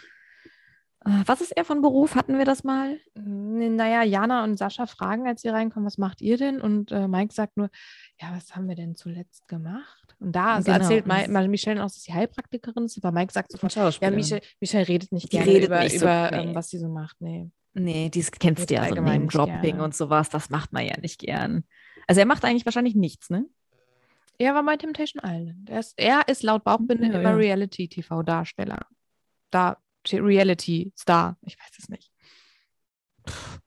Speaker 2: Ah, Was ist er von Beruf? Hatten wir das mal?
Speaker 1: N- Naja, Jana und Sascha fragen, als sie reinkommen, was macht ihr denn? Und äh, Mike sagt nur, ja, was haben wir denn zuletzt gemacht? Und da also
Speaker 2: Genau,
Speaker 1: erzählt
Speaker 2: und
Speaker 1: Ma
Speaker 2: das-
Speaker 1: Ma Michelle auch, dass sie Heilpraktikerin ist, aber Mike sagt sofort, ja,
Speaker 2: Schauspieler.
Speaker 1: Michelle, Michelle redet nicht
Speaker 2: Die
Speaker 1: gerne
Speaker 2: redet
Speaker 1: über,
Speaker 2: nicht so,
Speaker 1: über
Speaker 2: nee.
Speaker 1: ähm, was sie so macht. Nee.
Speaker 2: Nee, dies kennst
Speaker 1: Jetzt
Speaker 2: du ja, so
Speaker 1: allgemein nicht
Speaker 2: Name-Dropping
Speaker 1: gerne.
Speaker 2: und sowas, das macht man ja nicht gern. Also er macht eigentlich wahrscheinlich nichts, ne?
Speaker 1: Er war bei Temptation Island. Er ist, er ist laut Bauchbinde
Speaker 2: Ja,
Speaker 1: immer
Speaker 2: ja.
Speaker 1: Reality-TV-Darsteller. Da, Reality-Star. Ich weiß es nicht.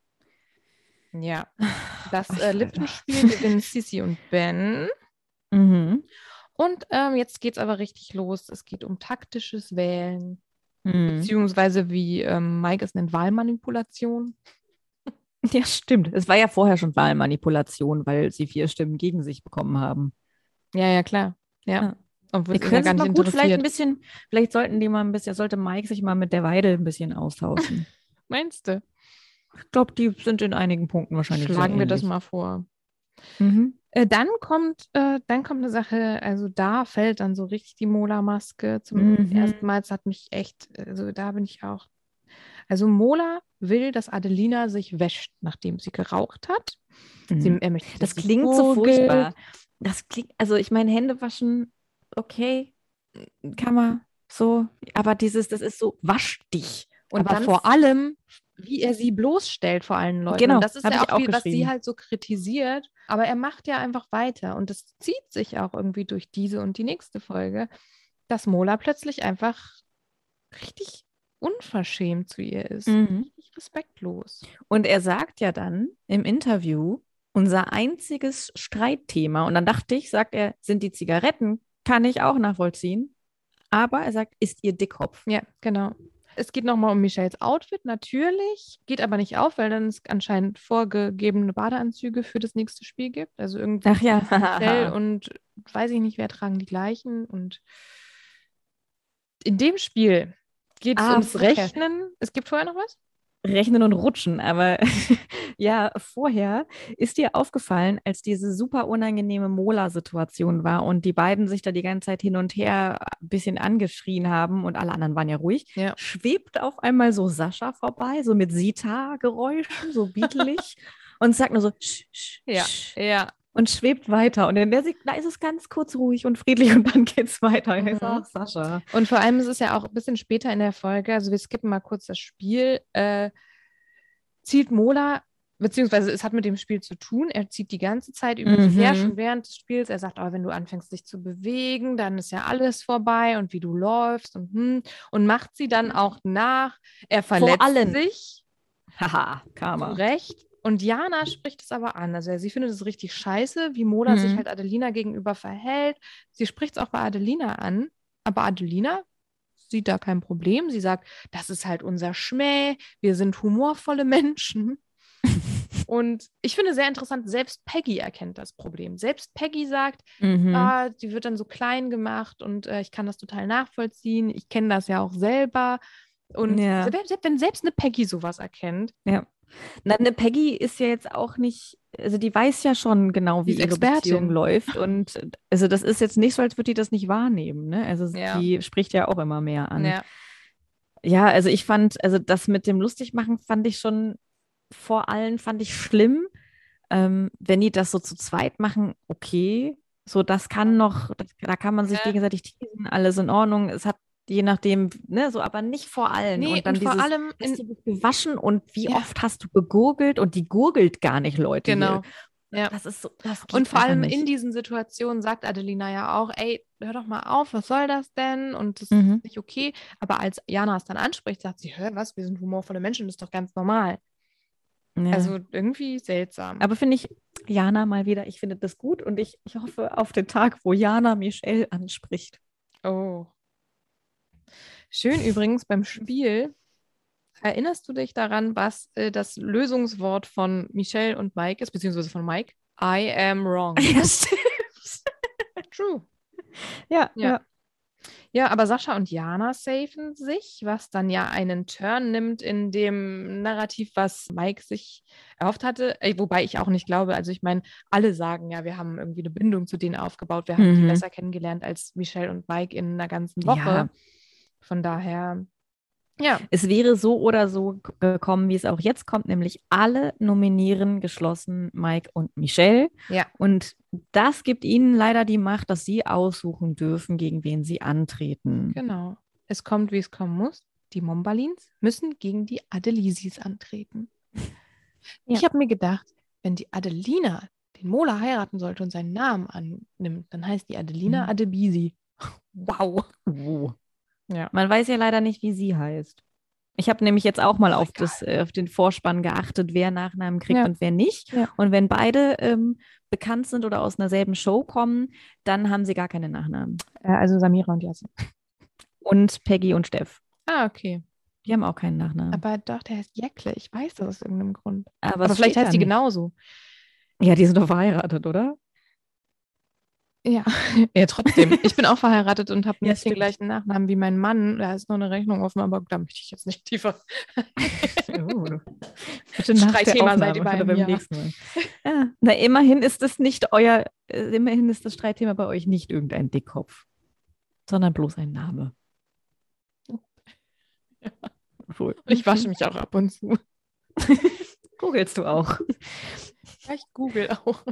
Speaker 1: Ja. Das
Speaker 2: Ich
Speaker 1: äh,
Speaker 2: weiß
Speaker 1: Lippenspiel gewinnen Sissy und Ben.
Speaker 2: Mhm.
Speaker 1: Und ähm, jetzt geht's aber richtig los. Es geht um taktisches Wählen,
Speaker 2: Mhm.
Speaker 1: beziehungsweise wie ähm, Mike es nennt, Wahlmanipulation.
Speaker 2: Ja, stimmt. Es war ja vorher schon Wahlmanipulation, weil sie vier Stimmen gegen sich bekommen haben.
Speaker 1: Ja, ja, klar. Ja.
Speaker 2: Ja.
Speaker 1: Obwohl
Speaker 2: Wir
Speaker 1: Ah. es ihn
Speaker 2: können
Speaker 1: ja
Speaker 2: es mal gut vielleicht ein
Speaker 1: interessiert.
Speaker 2: bisschen, vielleicht sollten die mal ein bisschen, sollte Mike sich mal mit der Weide ein bisschen austauschen.
Speaker 1: Meinst du?
Speaker 2: ich glaube, die sind in einigen Punkten wahrscheinlich sehr
Speaker 1: Schlagen wir das
Speaker 2: ähnlich.
Speaker 1: mal vor.
Speaker 2: Mhm.
Speaker 1: Äh, dann kommt, äh, dann kommt eine Sache, also da fällt dann so richtig die Mola-Maske zum
Speaker 2: Mhm.
Speaker 1: ersten Mal. Das hat mich echt, also da bin ich auch. Also Mola will, dass Adelina sich wäscht, nachdem sie geraucht hat. Sie,
Speaker 2: Mhm.
Speaker 1: er möchte,
Speaker 2: Das
Speaker 1: dass sie
Speaker 2: klingt so
Speaker 1: vogelt.
Speaker 2: furchtbar. Das klingt, also ich meine, Hände waschen, okay, kann man so, aber dieses, das ist so, wasch dich. Und
Speaker 1: aber
Speaker 2: dann
Speaker 1: vor allem, wie er sie bloßstellt vor allen Leuten.
Speaker 2: Genau,
Speaker 1: und das ist
Speaker 2: hab
Speaker 1: ja
Speaker 2: ich
Speaker 1: auch,
Speaker 2: auch
Speaker 1: viel, was sie
Speaker 2: geschrieben.
Speaker 1: halt so kritisiert. Aber er macht ja einfach weiter. Und das zieht sich auch irgendwie durch diese und die nächste Folge, dass Mola plötzlich einfach richtig unverschämt zu ihr ist.
Speaker 2: Mhm.
Speaker 1: Richtig respektlos.
Speaker 2: Und er sagt ja dann im Interview, unser einziges Streitthema, und dann dachte ich, sagt er, sind die Zigaretten, kann ich auch nachvollziehen. Aber er sagt, ist ihr Dickkopf.
Speaker 1: Ja, genau. Es geht nochmal um Michelles Outfit, natürlich. Geht aber nicht auf, weil dann es anscheinend vorgegebene Badeanzüge für das nächste Spiel gibt. Also irgendwie
Speaker 2: Ach ja.
Speaker 1: Marcel und weiß ich nicht, wer tragen die gleichen. Und in dem Spiel geht es
Speaker 2: Ah,
Speaker 1: ums
Speaker 2: vorher.
Speaker 1: Rechnen. Es gibt vorher noch was?
Speaker 2: Rechnen und rutschen, aber ja, vorher ist dir aufgefallen, als diese super unangenehme Mola-Situation war und die beiden sich da die ganze Zeit hin und her ein bisschen angeschrien haben und alle anderen waren ja ruhig,
Speaker 1: Ja.
Speaker 2: schwebt auf einmal so Sascha vorbei, so mit Sita-Geräuschen, so bietelig und sagt nur so sch, sch,
Speaker 1: Ja.
Speaker 2: sch,
Speaker 1: Ja.
Speaker 2: und schwebt weiter. Und in der Sek da ist es ganz kurz ruhig und friedlich und dann geht's weiter.
Speaker 1: Mhm.
Speaker 2: Mhm. Ach, Sascha.
Speaker 1: Und vor allem ist es ja auch ein bisschen später in der Folge, also wir skippen mal kurz das Spiel, äh, zieht Mola, beziehungsweise es hat mit dem Spiel zu tun, er zieht die ganze Zeit über sie her,
Speaker 2: Mhm.
Speaker 1: schon während des Spiels, er sagt, oh, wenn du anfängst, dich zu bewegen, dann ist ja alles vorbei und wie du läufst und, hm, und macht sie dann auch nach, er verletzt
Speaker 2: Mhm. allen.
Speaker 1: sich,
Speaker 2: Haha,
Speaker 1: zu
Speaker 2: Karma.
Speaker 1: Recht. Und Jana spricht es aber an. Also sie findet es richtig scheiße, wie Mola sich
Speaker 2: Mhm.
Speaker 1: halt Adelina gegenüber verhält. Sie spricht es auch bei Adelina an. Aber Adelina sieht da kein Problem. Sie sagt, das ist halt unser Schmäh. Wir sind humorvolle Menschen. Und ich finde sehr interessant, selbst Peggy erkennt das Problem. Selbst Peggy sagt,
Speaker 2: Mhm.
Speaker 1: ah, die wird dann so klein gemacht und äh, ich kann das total nachvollziehen. Ich kenne das ja auch selber. Und
Speaker 2: Ja.
Speaker 1: selbst, selbst- wenn selbst eine Peggy sowas erkennt,
Speaker 2: Na, ne Peggy ist ja jetzt auch nicht, also die weiß ja schon genau,
Speaker 1: Die
Speaker 2: wie
Speaker 1: ist
Speaker 2: ihre
Speaker 1: Expertin.
Speaker 2: Beziehung läuft. Und äh, also das ist jetzt nicht so, als würde die das nicht wahrnehmen. Ne? Also
Speaker 1: Ja.
Speaker 2: die spricht ja auch immer mehr an. Ja. also ich fand, also das mit dem Lustigmachen fand ich schon vor allem fand ich schlimm. Ähm, wenn die das so zu zweit machen, okay. So, das kann noch, das, da kann man sich
Speaker 1: Ja.
Speaker 2: gegenseitig teasen, alles in Ordnung. Es hat je nachdem, ne, so, aber nicht vor allen.
Speaker 1: Nee,
Speaker 2: und dann
Speaker 1: vor
Speaker 2: dieses,
Speaker 1: allem
Speaker 2: Hast
Speaker 1: in,
Speaker 2: du dich gewaschen und wie
Speaker 1: Ja.
Speaker 2: oft hast du gegurgelt? Und die gurgelt gar nicht, Leute.
Speaker 1: genau.
Speaker 2: Hier.
Speaker 1: ja.
Speaker 2: Das ist so. Das geht
Speaker 1: Und vor
Speaker 2: einfach
Speaker 1: allem
Speaker 2: nicht.
Speaker 1: in diesen Situationen sagt Adelina ja auch, ey, hör doch mal auf, was soll das denn? Und das
Speaker 2: Mhm.
Speaker 1: ist nicht okay. Aber als Jana es dann anspricht, sagt sie, hör was, wir sind humorvolle Menschen, das ist doch ganz normal.
Speaker 2: Ja.
Speaker 1: Also irgendwie seltsam.
Speaker 2: Aber finde ich, Jana mal wieder, ich finde das gut und ich, ich hoffe auf den Tag, wo Jana Michelle anspricht.
Speaker 1: oh. Schön übrigens beim Spiel. Erinnerst du dich daran, was äh, das Lösungswort von Michelle und Mike ist, beziehungsweise von Mike? I am wrong.
Speaker 2: Ja, stimmt.
Speaker 1: True.
Speaker 2: Ja,
Speaker 1: Ja.
Speaker 2: ja.
Speaker 1: Ja, aber Sascha und Jana safen sich, was dann ja einen Turn nimmt in dem Narrativ, was Mike sich erhofft hatte. Ey, Wobei ich auch nicht glaube, also ich meine, alle sagen ja, wir haben irgendwie eine Bindung zu denen aufgebaut. Wir haben die
Speaker 2: Mhm.
Speaker 1: besser kennengelernt als Michelle und Mike in einer ganzen Woche.
Speaker 2: Ja.
Speaker 1: Von daher, ja,
Speaker 2: Es wäre so oder so g- gekommen, wie es auch jetzt kommt, nämlich alle nominieren geschlossen Mike und Michelle.
Speaker 1: Ja.
Speaker 2: Und das gibt ihnen leider die Macht, dass sie aussuchen dürfen, gegen wen sie antreten.
Speaker 1: genau. Es kommt, wie es kommen muss. die Mombalins müssen gegen die Adelisis antreten.
Speaker 2: Ja.
Speaker 1: Ich habe mir gedacht, wenn die Adelina den Mola heiraten sollte und seinen Namen annimmt, dann heißt die Adelina
Speaker 2: Mhm.
Speaker 1: Adebisi.
Speaker 2: Wow.
Speaker 1: Ja.
Speaker 2: Man weiß ja leider nicht, wie sie heißt. Ich habe nämlich jetzt auch mal
Speaker 1: Ist
Speaker 2: auf,
Speaker 1: egal.
Speaker 2: das, äh, auf den Vorspann geachtet, wer Nachnamen kriegt
Speaker 1: Oh Ja.
Speaker 2: und wer nicht.
Speaker 1: Ja.
Speaker 2: Und wenn beide ähm, bekannt sind oder aus einer selben Show kommen, dann haben sie gar keine Nachnamen.
Speaker 1: Äh, also Samira und Yasin.
Speaker 2: Und Peggy und Steff,
Speaker 1: Ah, okay.
Speaker 2: die haben auch keinen Nachnamen.
Speaker 1: Aber doch, der heißt Jäckle. Ich weiß das aus irgendeinem Grund.
Speaker 2: Aber
Speaker 1: Aber
Speaker 2: es
Speaker 1: vielleicht
Speaker 2: steht
Speaker 1: heißt die
Speaker 2: da
Speaker 1: genau-
Speaker 2: nicht.
Speaker 1: genauso.
Speaker 2: Ja, die sind doch verheiratet, oder?
Speaker 1: Ja. ja, trotzdem. Ich bin auch verheiratet und habe
Speaker 2: Ja,
Speaker 1: nicht den
Speaker 2: stimmt.
Speaker 1: gleichen Nachnamen wie mein Mann. Da ist noch eine Rechnung offen, aber da möchte ich jetzt nicht tiefer.
Speaker 2: Bitte nach Oh, der
Speaker 1: Streitthema seid
Speaker 2: Aufnahme
Speaker 1: ihr bei
Speaker 2: oder
Speaker 1: mir.
Speaker 2: beim nächsten Mal. Ja, na, immerhin ist es nicht euer, äh, immerhin ist das Streitthema bei euch nicht irgendein Dickkopf, sondern bloß ein Name. Obwohl,
Speaker 1: Ich wasche mich auch ab und zu.
Speaker 2: googelst du auch.
Speaker 1: Vielleicht Google auch.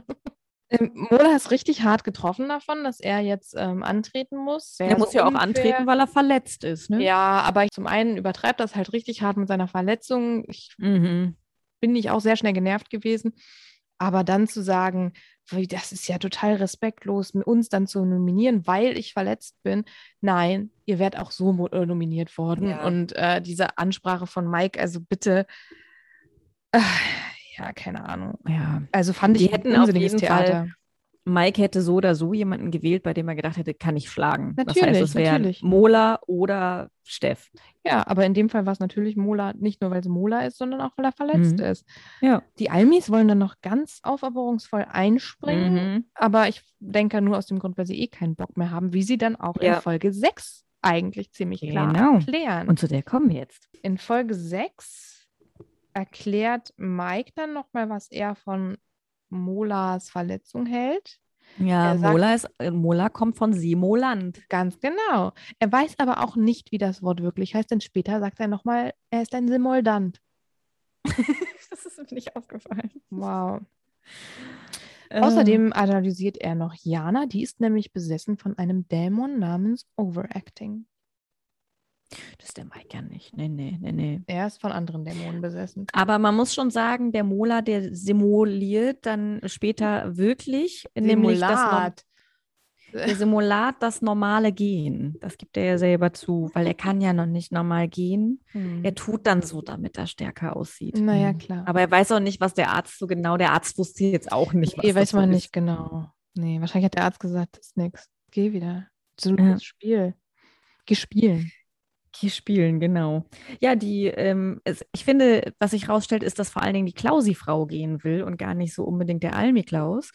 Speaker 1: Ähm, Mola ist richtig hart getroffen davon, dass er jetzt ähm, antreten muss. Sehr
Speaker 2: Er muss ja auch
Speaker 1: unfair.
Speaker 2: antreten, weil er verletzt ist, ne?
Speaker 1: Ja, aber ich, zum einen übertreibt das halt richtig hart mit seiner Verletzung. Ich
Speaker 2: Mhm.
Speaker 1: bin ich auch sehr schnell genervt gewesen. Aber dann zu sagen, wie, das ist ja total respektlos, mit uns dann zu nominieren, weil ich verletzt bin. Nein, ihr werdet auch so mo- äh, nominiert worden.
Speaker 2: Ja.
Speaker 1: Und äh, diese Ansprache von Mike, also bitte, äh, ja, keine Ahnung.
Speaker 2: ja.
Speaker 1: Also fand
Speaker 2: Die
Speaker 1: ich
Speaker 2: hätten
Speaker 1: ein
Speaker 2: auf
Speaker 1: unsinniges
Speaker 2: jeden Fall-
Speaker 1: Theater.
Speaker 2: Mike hätte so oder so jemanden gewählt, bei dem er gedacht hätte, kann ich schlagen. das heißt,
Speaker 1: Natürlich,
Speaker 2: es wären
Speaker 1: natürlich.
Speaker 2: Mola oder Steff.
Speaker 1: Ja, aber in dem Fall war es natürlich Mola, nicht nur weil es Mola ist, sondern auch weil er verletzt
Speaker 2: Mhm.
Speaker 1: ist.
Speaker 2: Ja.
Speaker 1: Die Almis wollen dann noch ganz aufopferungsvoll einspringen,
Speaker 2: Mhm.
Speaker 1: aber ich denke nur aus dem Grund, weil sie eh keinen Bock mehr haben, wie sie dann auch
Speaker 2: Ja.
Speaker 1: in Folge 6 eigentlich ziemlich klar
Speaker 2: Genau.
Speaker 1: erklären.
Speaker 2: Und zu der kommen wir jetzt.
Speaker 1: in Folge 6 erklärt Mike dann nochmal, was er von Molas Verletzung hält.
Speaker 2: Ja,
Speaker 1: Er sagt-
Speaker 2: Mola, ist, äh, Mola kommt von Simoland.
Speaker 1: Ganz genau. Er weiß aber auch nicht, wie das Wort wirklich heißt, denn später sagt er nochmal, er ist ein Simoldant.
Speaker 2: Das ist mir nicht aufgefallen.
Speaker 1: Wow.
Speaker 2: Äh, Ähm.
Speaker 1: Außerdem analysiert er noch Jana, die ist nämlich besessen von einem Dämon namens Overacting.
Speaker 2: das ist der Mike ja nicht. Nee, nee, nee, nee.
Speaker 1: Er ist von anderen Dämonen besessen.
Speaker 2: Aber man muss schon sagen, der Mola, der simuliert dann später wirklich, Äh, nämlich das, Norm-
Speaker 1: Simulat.
Speaker 2: der Simulat das normale Gehen. Das gibt er ja selber zu, weil er kann ja noch nicht normal gehen.
Speaker 1: Hm.
Speaker 2: Er tut dann so, damit er stärker aussieht.
Speaker 1: Naja,
Speaker 2: Mhm.
Speaker 1: klar.
Speaker 2: Aber er weiß auch nicht, was der Arzt so genau, der Arzt wusste jetzt auch nicht, was
Speaker 1: nee, weiß
Speaker 2: das so
Speaker 1: man
Speaker 2: ist.
Speaker 1: nicht genau. Nee, wahrscheinlich hat der Arzt gesagt, das ist nix. Geh wieder. So
Speaker 2: Ja.
Speaker 1: das Spiel. Geh spielen.
Speaker 2: Die spielen, genau. Ja, die, ähm, es, ich finde, was sich rausstellt, ist, dass vor allen Dingen die Klausi-Frau gehen will und gar nicht so unbedingt der Almi-Klaus.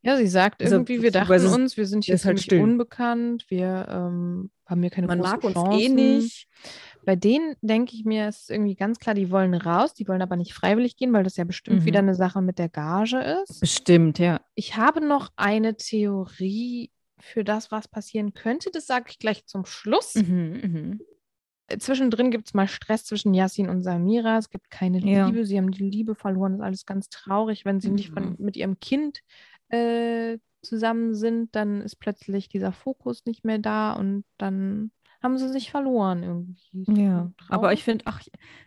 Speaker 1: Ja, sie sagt
Speaker 2: Also,
Speaker 1: irgendwie, wir dachten
Speaker 2: beziehungsweise
Speaker 1: uns, wir sind
Speaker 2: sie
Speaker 1: hier
Speaker 2: ist halt
Speaker 1: ziemlich
Speaker 2: still.
Speaker 1: unbekannt, wir ähm, haben hier keine
Speaker 2: Man
Speaker 1: großen
Speaker 2: mag uns
Speaker 1: Chancen.
Speaker 2: eh nicht.
Speaker 1: Bei denen denke ich mir, es ist irgendwie ganz klar, die wollen raus, die wollen aber nicht freiwillig gehen, weil das ja bestimmt
Speaker 2: Mhm.
Speaker 1: wieder eine Sache mit der Gage ist.
Speaker 2: Bestimmt, ja.
Speaker 1: Ich habe noch eine Theorie für das, was passieren könnte. Das sage ich gleich zum Schluss.
Speaker 2: Mhm,
Speaker 1: Äh, Zwischendrin gibt es mal Stress zwischen Yassin und Samira. Es gibt keine
Speaker 2: Ja.
Speaker 1: Liebe. Sie haben die Liebe verloren. Das ist alles ganz traurig. Wenn sie nicht
Speaker 2: Mhm.
Speaker 1: von, mit ihrem Kind äh, zusammen sind, dann ist plötzlich dieser Fokus nicht mehr da und dann haben sie sich verloren irgendwie.
Speaker 2: mhm. Ja. Aber
Speaker 1: Hm, Traurig.
Speaker 2: ich finde, ach,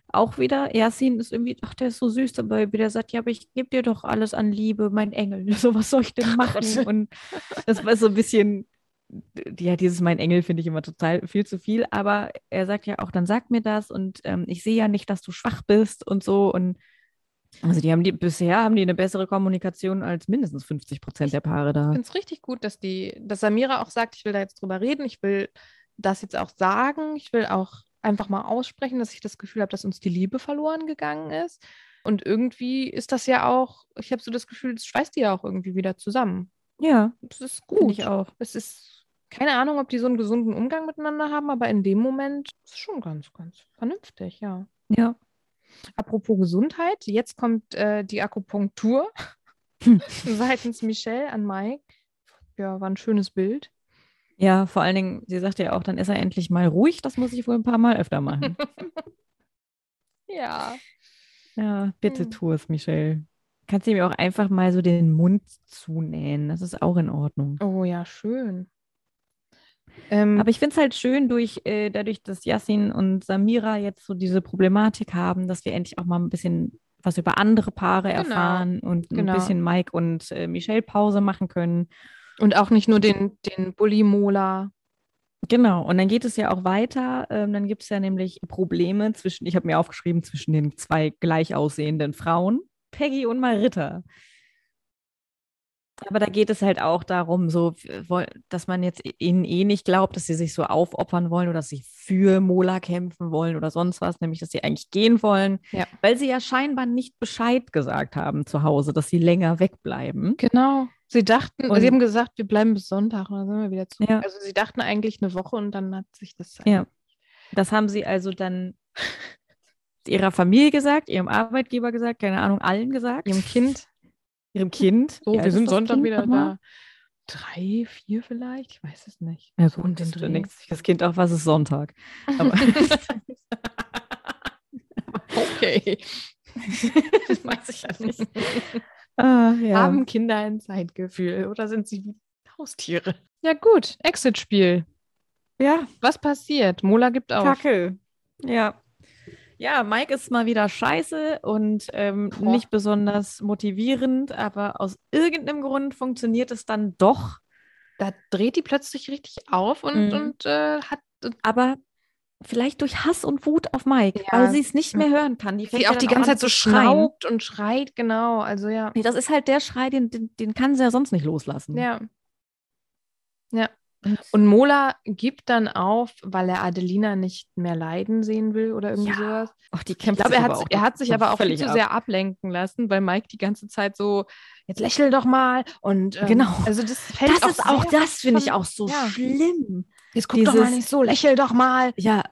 Speaker 2: auch wieder, Yasin ist irgendwie, ach, der ist so süß dabei, wie der sagt, ja, aber ich gebe dir doch alles an Liebe, mein Engel. So, was soll ich denn machen?
Speaker 1: Gott.
Speaker 2: Und das war so ein bisschen, ja, dieses Mein Engel finde ich immer total viel zu viel, aber er sagt ja auch, dann sag mir das und ähm, ich sehe ja nicht, dass du schwach bist und so und also die haben die, bisher haben die eine bessere Kommunikation als mindestens 50 Prozent der Paare da.
Speaker 1: finde es richtig gut, dass die, dass Samira auch sagt, ich will da jetzt drüber reden, ich will das jetzt auch sagen, ich will auch einfach mal aussprechen, dass ich das Gefühl habe, dass uns die Liebe verloren gegangen ist. Und irgendwie ist das ja auch, ich habe so das Gefühl, es schweißt die ja auch irgendwie wieder zusammen.
Speaker 2: Ja,
Speaker 1: Das ist
Speaker 2: finde
Speaker 1: gut.
Speaker 2: ich auch.
Speaker 1: Es ist keine Ahnung, ob die so einen gesunden Umgang miteinander haben, aber in dem Moment ist es schon ganz, ganz vernünftig, ja.
Speaker 2: Ja.
Speaker 1: Apropos Gesundheit, jetzt kommt äh, die Akupunktur
Speaker 2: Hm.
Speaker 1: seitens Michelle an Mike. Ja, war ein schönes Bild.
Speaker 2: Ja, vor allen Dingen, sie sagt ja auch, dann ist er endlich mal ruhig, das muss ich wohl ein paar Mal öfter machen.
Speaker 1: Ja.
Speaker 2: Ja, bitte
Speaker 1: Hm.
Speaker 2: tu es, Michelle. Kannst du ihm auch einfach mal so den Mund zunähen, das ist auch in Ordnung.
Speaker 1: Oh ja, schön. Ähm,
Speaker 2: Aber ich finde es halt schön, durch, äh, dadurch, dass Yassin und Samira jetzt so diese Problematik haben, dass wir endlich auch mal ein bisschen was über andere Paare
Speaker 1: Genau,
Speaker 2: erfahren und
Speaker 1: genau.
Speaker 2: ein bisschen Mike und äh, Michelle Pause machen können.
Speaker 1: und auch nicht nur den, den Bulli-Mola.
Speaker 2: Genau, und dann geht es ja auch weiter. Ähm, dann gibt es ja nämlich Probleme zwischen, ich habe mir aufgeschrieben, zwischen den zwei gleich aussehenden Frauen, Peggy und Maritta. Aber da geht es halt auch darum, so, w- woll- dass man jetzt ihnen eh nicht glaubt, dass sie sich so aufopfern wollen oder dass sie für Mola kämpfen wollen oder sonst was, nämlich dass sie eigentlich gehen wollen,
Speaker 1: Ja.
Speaker 2: weil sie ja scheinbar nicht Bescheid gesagt haben zu Hause, dass sie länger wegbleiben.
Speaker 1: Genau. Sie dachten,
Speaker 2: Und-
Speaker 1: sie haben gesagt, wir bleiben bis Sonntag und dann sind wir wieder zurück.
Speaker 2: Ja.
Speaker 1: Also sie dachten eigentlich eine Woche und dann hat sich das.
Speaker 2: Ja. Das haben sie also dann ihrer Familie gesagt, ihrem Arbeitgeber gesagt, keine Ahnung, allen gesagt.
Speaker 1: Ihrem Kind.
Speaker 2: Ihrem Kind.
Speaker 1: So,
Speaker 2: Wie alt
Speaker 1: wir
Speaker 2: ist
Speaker 1: sind
Speaker 2: das
Speaker 1: Sonntag
Speaker 2: Kind
Speaker 1: wieder
Speaker 2: nochmal?
Speaker 1: da. Drei, vier vielleicht? Ich weiß es nicht.
Speaker 2: Ja, so um
Speaker 1: Und
Speaker 2: und
Speaker 1: den
Speaker 2: dann
Speaker 1: Dreh.
Speaker 2: denkt sich das Kind auch, was ist Sonntag? Aber
Speaker 1: Okay. das weiß ich ja nicht.
Speaker 2: ah, ja.
Speaker 1: Haben Kinder ein Zeitgefühl oder sind sie wie Haustiere? Ja, gut. Exit-Spiel.
Speaker 2: ja,
Speaker 1: Was passiert? Mola gibt auf.
Speaker 2: Kacke. Ja. Ja, Mike ist mal wieder scheiße und ähm,
Speaker 1: Boah.
Speaker 2: nicht besonders motivierend, aber aus irgendeinem Grund funktioniert es dann doch.
Speaker 1: Da dreht die plötzlich richtig auf und,
Speaker 2: Mhm.
Speaker 1: und äh, hat.
Speaker 2: aber vielleicht durch Hass und Wut auf Mike,
Speaker 1: Ja.
Speaker 2: weil sie es nicht mehr hören kann. Die fängt
Speaker 1: Sie
Speaker 2: ja
Speaker 1: auch die
Speaker 2: dann
Speaker 1: ganze
Speaker 2: an
Speaker 1: Zeit so
Speaker 2: zu schreien.
Speaker 1: schnaubt und schreit, genau. Also ja.
Speaker 2: Nee, das ist halt der Schrei, den, den, den kann sie ja sonst nicht loslassen.
Speaker 1: Ja. Ja. Und Mola gibt dann auf, weil er Adelina nicht mehr leiden sehen will oder irgendwie
Speaker 2: Ja.
Speaker 1: sowas.
Speaker 2: Ach, die
Speaker 1: Ich
Speaker 2: kämpft
Speaker 1: glaube,
Speaker 2: sich
Speaker 1: er hat,
Speaker 2: aber auch
Speaker 1: er hat sich aber auch viel
Speaker 2: völlig
Speaker 1: zu
Speaker 2: ab.
Speaker 1: sehr ablenken lassen, weil Mike die ganze Zeit so, jetzt lächel doch mal. Und ähm,
Speaker 2: Genau.
Speaker 1: also das fällt
Speaker 2: Das
Speaker 1: auch
Speaker 2: ist auch,
Speaker 1: sehr,
Speaker 2: das finde ich
Speaker 1: von-
Speaker 2: auch so
Speaker 1: ja.
Speaker 2: schlimm.
Speaker 1: Jetzt guck doch mal
Speaker 2: dieses-
Speaker 1: nicht so, lächel doch mal.
Speaker 2: Ja.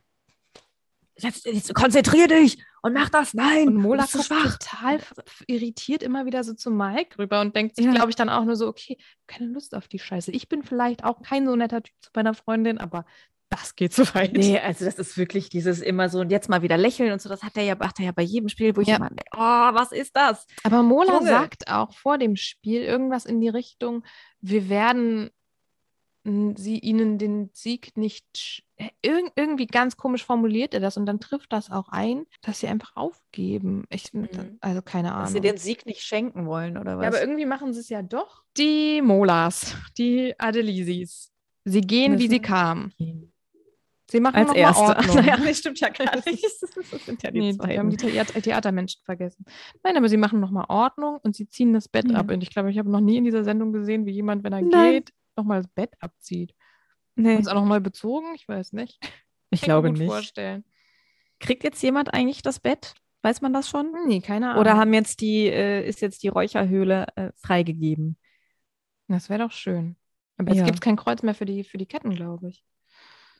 Speaker 2: Jetzt, jetzt konzentrier dich und mach das. Nein.
Speaker 1: Und Mola
Speaker 2: du
Speaker 1: guckt
Speaker 2: bist so schwach.
Speaker 1: total f- f- irritiert immer wieder so zu Mike rüber und denkt sich,
Speaker 2: Ja.
Speaker 1: glaube ich, dann auch nur so, okay, keine Lust auf die Scheiße. Ich bin vielleicht auch kein so netter Typ zu meiner Freundin, aber das geht zu weit.
Speaker 2: Nee, also das ist wirklich dieses immer so und jetzt mal wieder lächeln und so. Das hat er ja, macht er ja bei jedem Spiel, wo ich
Speaker 1: Ja.
Speaker 2: immer, oh, was ist das?
Speaker 1: Aber Mola
Speaker 2: Junge.
Speaker 1: sagt auch vor dem Spiel irgendwas in die Richtung, wir werden mm, sie ihnen den Sieg nicht sch- irg irgendwie ganz komisch formuliert er das und dann trifft das auch ein, dass sie einfach aufgeben. Ich,
Speaker 2: Mhm.
Speaker 1: also keine Ahnung.
Speaker 2: Dass sie den Sieg nicht schenken wollen oder was?
Speaker 1: Ja, aber irgendwie machen sie es ja doch. Die Molas, die Adelisis. Sie gehen, wie
Speaker 2: Müssen.
Speaker 1: sie kamen. Sie machen
Speaker 2: Als
Speaker 1: noch mal
Speaker 2: Erster.
Speaker 1: Ordnung.
Speaker 2: Naja, das stimmt ja gar nicht. Das sind ja die
Speaker 1: Nee, die- wir
Speaker 2: Zweiten.
Speaker 1: haben die Theater äh, Theatermenschen vergessen. Nein, aber sie machen nochmal Ordnung und sie ziehen das Bett
Speaker 2: Ja.
Speaker 1: ab. Und ich glaube, ich habe noch nie in dieser Sendung gesehen, wie jemand, wenn er
Speaker 2: Nein.
Speaker 1: geht, nochmal das Bett abzieht.
Speaker 2: Nee,
Speaker 1: Ist auch nochmal bezogen? Ich weiß nicht.
Speaker 2: ich
Speaker 1: Kann mir
Speaker 2: glaube
Speaker 1: gut
Speaker 2: nicht.
Speaker 1: Vorstellen.
Speaker 2: Kriegt jetzt jemand eigentlich das Bett? Weiß man das schon?
Speaker 1: Nee, keine Ahnung.
Speaker 2: Oder haben jetzt die, äh, ist jetzt die Räucherhöhle äh, freigegeben?
Speaker 1: das wäre doch schön. Aber jetzt
Speaker 2: Ja.
Speaker 1: gibt es kein Kreuz mehr für die, für die Ketten, glaube ich.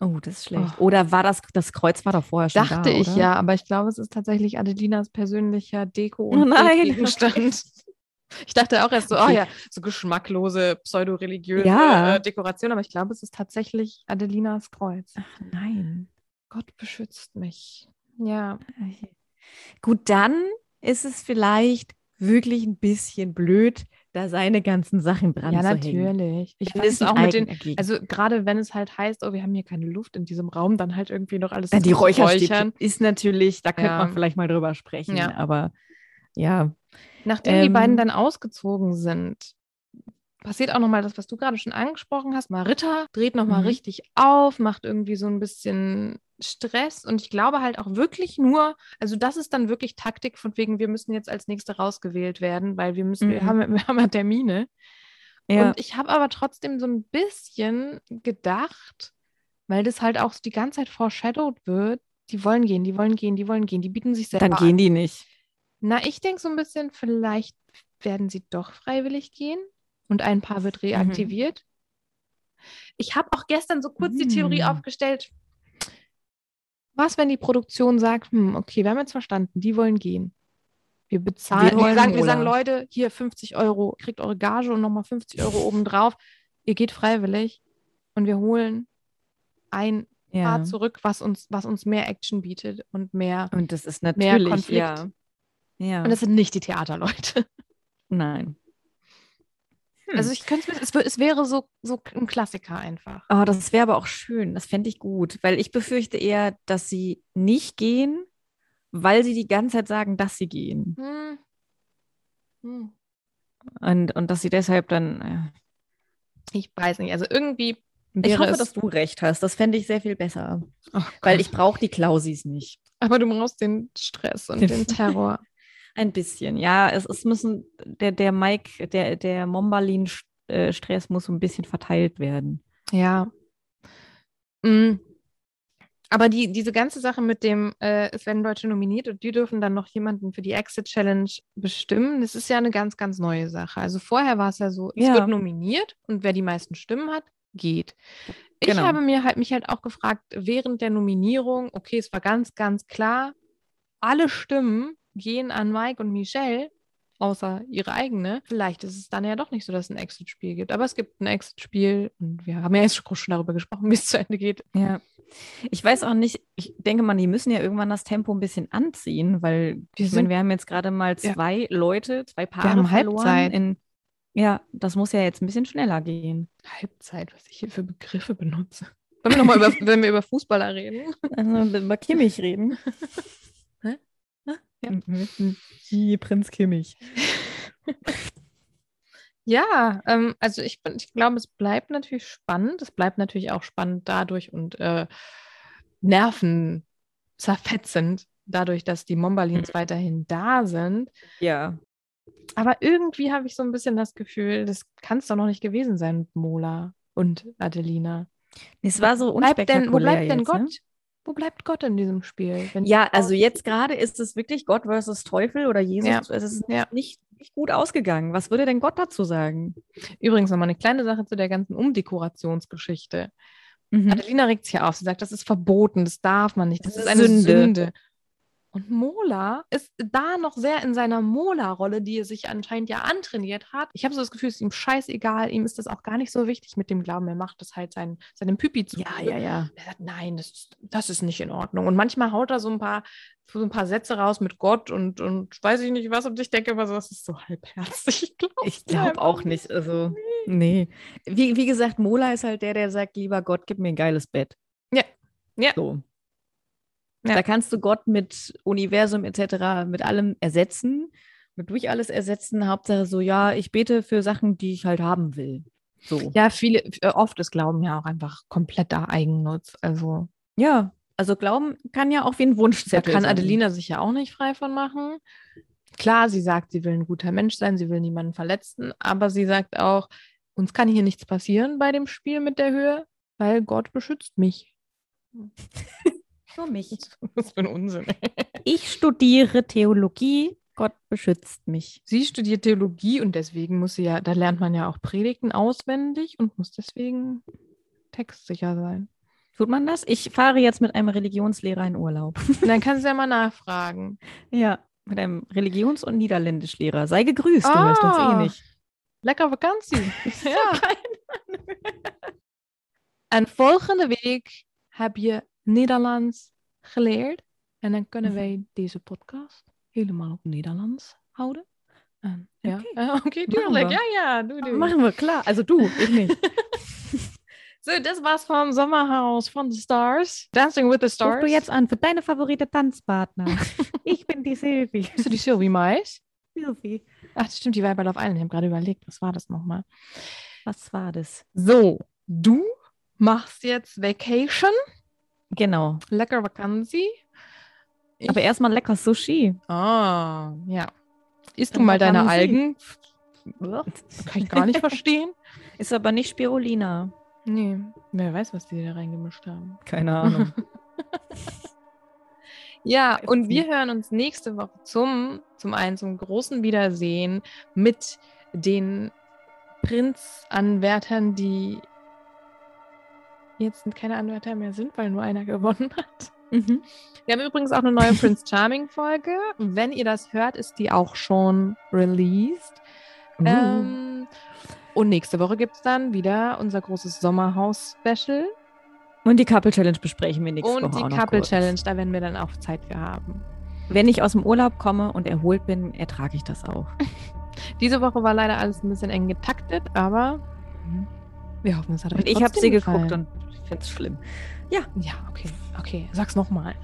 Speaker 2: Oh, das ist schlecht.
Speaker 1: Oh.
Speaker 2: Oder war das, das Kreuz war doch vorher schon da,
Speaker 1: Dachte ich
Speaker 2: oder?
Speaker 1: ja, aber ich glaube, es ist tatsächlich Adelinas persönlicher Deko-
Speaker 2: Oh
Speaker 1: und
Speaker 2: nein,
Speaker 1: Gegenstand. Ich dachte auch erst so, oh
Speaker 2: Okay.
Speaker 1: ja, so geschmacklose, pseudo-religiöse
Speaker 2: Ja.
Speaker 1: äh, Dekoration, aber ich glaube, es ist tatsächlich Adelinas Kreuz.
Speaker 2: Nein.
Speaker 1: Gott beschützt mich. Ja,
Speaker 2: Gut, dann ist es vielleicht wirklich ein bisschen blöd, da seine ganzen Sachen dran
Speaker 1: ja
Speaker 2: zu hängen.
Speaker 1: natürlich. Ich
Speaker 2: Dann
Speaker 1: weiß
Speaker 2: ein
Speaker 1: auch mit den,
Speaker 2: eigener Gegner.
Speaker 1: also gerade wenn es halt heißt, oh, wir haben hier keine Luft in diesem Raum, dann halt irgendwie noch alles
Speaker 2: dann Äh, die
Speaker 1: zu
Speaker 2: Räucherstäbchen ist natürlich, da könnte
Speaker 1: Ja.
Speaker 2: man vielleicht mal drüber sprechen,
Speaker 1: Ja.
Speaker 2: aber ja.
Speaker 1: Nachdem die beiden
Speaker 2: Ähm.
Speaker 1: dann ausgezogen sind, passiert auch nochmal das, was du gerade schon angesprochen hast. Maritta dreht nochmal mal
Speaker 2: Mhm.
Speaker 1: richtig auf, macht irgendwie so ein bisschen Stress und ich glaube halt auch wirklich nur, also das ist dann wirklich Taktik von wegen, wir müssen jetzt als Nächste rausgewählt werden, weil wir müssen, wir,
Speaker 2: Mhm.
Speaker 1: haben, wir haben ja Termine.
Speaker 2: ja.
Speaker 1: Und ich habe aber trotzdem so ein bisschen gedacht, weil das halt auch die ganze Zeit foreshadowed wird, die wollen gehen, die wollen gehen, die wollen gehen, die bieten sich selber
Speaker 2: dann gehen die nicht.
Speaker 1: na, ich denke so ein bisschen, vielleicht werden sie doch freiwillig gehen und ein Paar
Speaker 2: Mhm.
Speaker 1: wird reaktiviert. Ich habe auch gestern so kurz die Theorie
Speaker 2: Hm.
Speaker 1: aufgestellt. Was, wenn die Produktion sagt, hm, okay, wir haben jetzt verstanden, die wollen gehen. Wir bezahlen,
Speaker 2: Wir
Speaker 1: wir,
Speaker 2: wollen
Speaker 1: sagen, wir sagen,
Speaker 2: Mola.
Speaker 1: Leute, hier 50 Euro, kriegt eure Gage und nochmal 50 Euro obendrauf. Ihr geht freiwillig und wir holen ein
Speaker 2: Ja.
Speaker 1: Paar zurück, was uns, was uns mehr Action bietet und mehr.
Speaker 2: Und das ist
Speaker 1: Mehr
Speaker 2: natürlich,
Speaker 1: Konflikt.
Speaker 2: ja. Ja,
Speaker 1: Und das sind nicht die Theaterleute.
Speaker 2: nein. Hm.
Speaker 1: Also ich könnte es mir, es wär- es wäre so, so ein Klassiker einfach.
Speaker 2: Oh, das wäre aber auch schön. Das fände ich gut, weil ich befürchte eher, dass sie nicht gehen, weil sie die ganze Zeit sagen, dass sie gehen.
Speaker 1: Hm. Hm.
Speaker 2: Und, und dass sie deshalb dann. äh,
Speaker 1: Ich weiß nicht. Also irgendwie
Speaker 2: Ich
Speaker 1: wäre
Speaker 2: hoffe,
Speaker 1: es.
Speaker 2: dass du recht hast. Das fände ich sehr viel besser,
Speaker 1: Oh
Speaker 2: weil
Speaker 1: Gott.
Speaker 2: ich brauche die Klausis nicht.
Speaker 1: Aber du brauchst den Stress und den Terror.
Speaker 2: Ein bisschen, ja. Es, es müssen, der, der Mike, der, der Mombalin-Stress muss so ein bisschen verteilt werden.
Speaker 1: Ja. Mm. Aber die, diese ganze Sache mit dem, äh, es werden Leute nominiert und die dürfen dann noch jemanden für die Exit Challenge bestimmen, das ist ja eine ganz, ganz neue Sache. Also vorher war es ja so, es
Speaker 2: Ja.
Speaker 1: wird nominiert und wer die meisten Stimmen hat, geht. Ich
Speaker 2: Genau.
Speaker 1: habe mir halt, mich halt auch gefragt, während der Nominierung, okay, es war ganz, ganz klar, alle Stimmen gehen an Mike und Michelle, außer ihre eigene. Vielleicht ist es dann ja doch nicht so, dass es ein Exit-Spiel gibt. Aber es gibt ein Exit-Spiel und wir haben ja jetzt schon darüber gesprochen, wie es zu Ende geht.
Speaker 2: Ja. Ich weiß auch nicht, ich denke mal, die müssen ja irgendwann das Tempo ein bisschen anziehen, weil
Speaker 1: Wir
Speaker 2: Ich meine,
Speaker 1: sind,
Speaker 2: wir haben jetzt gerade mal
Speaker 1: Mhm. Ja.
Speaker 2: zwei Leute, zwei Paare
Speaker 1: haben
Speaker 2: verloren.
Speaker 1: Halbzeit.
Speaker 2: In, ja, das muss ja jetzt ein bisschen schneller gehen.
Speaker 1: Halbzeit, was ich hier für Begriffe benutze. Wollen wir nochmal über, wenn wir über Fußballer reden?
Speaker 2: Also über Kimmich reden.
Speaker 1: Hä? Hä? Ja. Mhm.
Speaker 2: Die Prinz Kimmich.
Speaker 1: Ja, ähm, also ich, bin- ich glaube, es bleibt natürlich spannend. Es bleibt natürlich auch spannend dadurch und äh, nervenzerfetzend, dadurch, dass die Mombalins
Speaker 2: Mhm.
Speaker 1: weiterhin da sind.
Speaker 2: Ja.
Speaker 1: Aber irgendwie habe ich so ein bisschen das Gefühl, das kann es doch noch nicht gewesen sein mit Mola und Adelina.
Speaker 2: Es war so
Speaker 1: Bleibt
Speaker 2: unspektakulär
Speaker 1: denn, wo bleibt denn
Speaker 2: jetzt,
Speaker 1: Gott?
Speaker 2: Ne?
Speaker 1: Wo bleibt Gott in diesem Spiel? Wenn
Speaker 2: Ja, also jetzt gerade ist es wirklich Gott versus Teufel oder Jesus.
Speaker 1: Ja.
Speaker 2: Es ist
Speaker 1: Ja.
Speaker 2: nicht, nicht gut ausgegangen. Was würde denn Gott dazu sagen?
Speaker 1: Übrigens nochmal eine kleine Sache zu der ganzen Umdekorationsgeschichte.
Speaker 2: Also,
Speaker 1: Adelina regt sich ja auf. Sie sagt, das ist verboten, das darf man nicht, Mhm. das, ist eine Sünde. Und Mola ist da noch sehr in seiner Mola-Rolle, die er sich anscheinend ja antrainiert hat. Ich habe so das Gefühl, es ist ihm scheißegal. Ihm ist das auch gar nicht so wichtig mit dem Glauben. Er macht das halt sein, seinem Pipi zu.
Speaker 2: Ja, ja, ja.
Speaker 1: Er sagt, nein, das ist, das ist nicht in Ordnung. Und manchmal haut er so ein paar, so ein paar Sätze raus mit Gott und, und weiß ich nicht was. Und ich denke immer so, das ist so halbherzig. Ich glaube
Speaker 2: Ich glaube auch nicht. Also, nee. Wie, wie gesagt, Mola ist halt der, der sagt, lieber Gott, gib mir ein geiles Bett.
Speaker 1: Ja. Ja.
Speaker 2: So.
Speaker 1: Ja.
Speaker 2: Da kannst du Gott mit Universum etc., mit allem ersetzen, mit durch alles ersetzen. Hauptsache so, ja, ich bete für Sachen, die ich halt haben will. So.
Speaker 1: Ja, viele, äh, oft ist Glauben ja auch einfach kompletter Eigennutz. Also
Speaker 2: Ja, Also Glauben kann ja auch wie
Speaker 1: da
Speaker 2: ein Wunschzettel
Speaker 1: kann
Speaker 2: sein.
Speaker 1: Adelina sich ja auch nicht frei von machen. Klar, sie sagt, sie will ein guter Mensch sein, sie will niemanden verletzen, aber sie sagt auch, uns kann hier nichts passieren bei dem Spiel mit der Höhe, weil Gott beschützt mich.
Speaker 2: Für mich.
Speaker 1: Was für ein Unsinn.
Speaker 2: Ich studiere Theologie. Gott beschützt mich.
Speaker 1: Sie studiert Theologie und deswegen muss sie ja, da lernt man ja auch Predigten auswendig und muss deswegen textsicher sein.
Speaker 2: Tut man das? Ich fahre jetzt mit einem Religionslehrer in Urlaub.
Speaker 1: Und dann kannst du ja mal nachfragen.
Speaker 2: Ja, mit einem Religions- und Niederländischlehrer. Sei gegrüßt, du
Speaker 1: Ah.
Speaker 2: hörst uns eh nicht.
Speaker 1: Lecker Vakantie. ja.
Speaker 2: Kein-
Speaker 1: En volgende week heb je Nederlands geleerd. En dan
Speaker 2: Mhm.
Speaker 1: kunnen wij deze podcast helemaal op Nederlands houden. En, ja,
Speaker 2: Oké.
Speaker 1: Eh, oké, tuurlijk.
Speaker 2: we.
Speaker 1: Ja, ja, doei, doei.
Speaker 2: Machen wir, klar. Also du, ich nicht.
Speaker 1: Zo, dit was van Sommerhaus van de Stars. Dancing with the
Speaker 2: Ruf
Speaker 1: Stars.
Speaker 2: du jetzt an für deine favorite Tanzpartner. Ich bin die Silvi.
Speaker 1: Bist du die Sylvie Mais?
Speaker 2: Silvi,
Speaker 1: Ach, das stimmt, die war bei Love Island. Ich habe gerade überlegt, was war das nochmal?
Speaker 2: was war das?
Speaker 1: So, du machst jetzt Vacation.
Speaker 2: Genau.
Speaker 1: Lecker Vakantie. Ich-
Speaker 2: Aber erstmal lecker Sushi.
Speaker 1: Ah, ja. Isst du
Speaker 2: Dann
Speaker 1: mal deine
Speaker 2: Vakantie.
Speaker 1: Algen? Kann ich gar nicht verstehen.
Speaker 2: Ist aber nicht Spirulina.
Speaker 1: Nee, wer weiß, was die da reingemischt haben.
Speaker 2: Keine Ahnung.
Speaker 1: Ja,
Speaker 2: Weiß
Speaker 1: und
Speaker 2: es
Speaker 1: wir hören uns nächste Woche zum, zum einen zum großen Wiedersehen mit den Prinzanwärtern, die jetzt keine Anwärter mehr sind, weil nur einer gewonnen hat.
Speaker 2: mhm.
Speaker 1: Wir haben übrigens auch eine neue Prince Charming Folge. Wenn ihr das hört, ist die auch schon released.
Speaker 2: Uh.
Speaker 1: Ähm, und nächste Woche gibt es dann wieder unser großes Sommerhaus-Special.
Speaker 2: und die Couple Challenge besprechen wir nächste
Speaker 1: Und
Speaker 2: Woche
Speaker 1: die
Speaker 2: auch noch
Speaker 1: Couple
Speaker 2: kurz.
Speaker 1: Challenge, da werden wir dann auch Zeit für haben.
Speaker 2: Wenn ich aus dem Urlaub komme und erholt bin, ertrage ich das auch.
Speaker 1: Diese Woche war leider alles ein bisschen eng getaktet, aber wir hoffen, es hat euch
Speaker 2: Und ich habe
Speaker 1: trotzdem
Speaker 2: sie geguckt
Speaker 1: gefallen.
Speaker 2: und finde es schlimm.
Speaker 1: Ja, okay, okay. Sag's nochmal.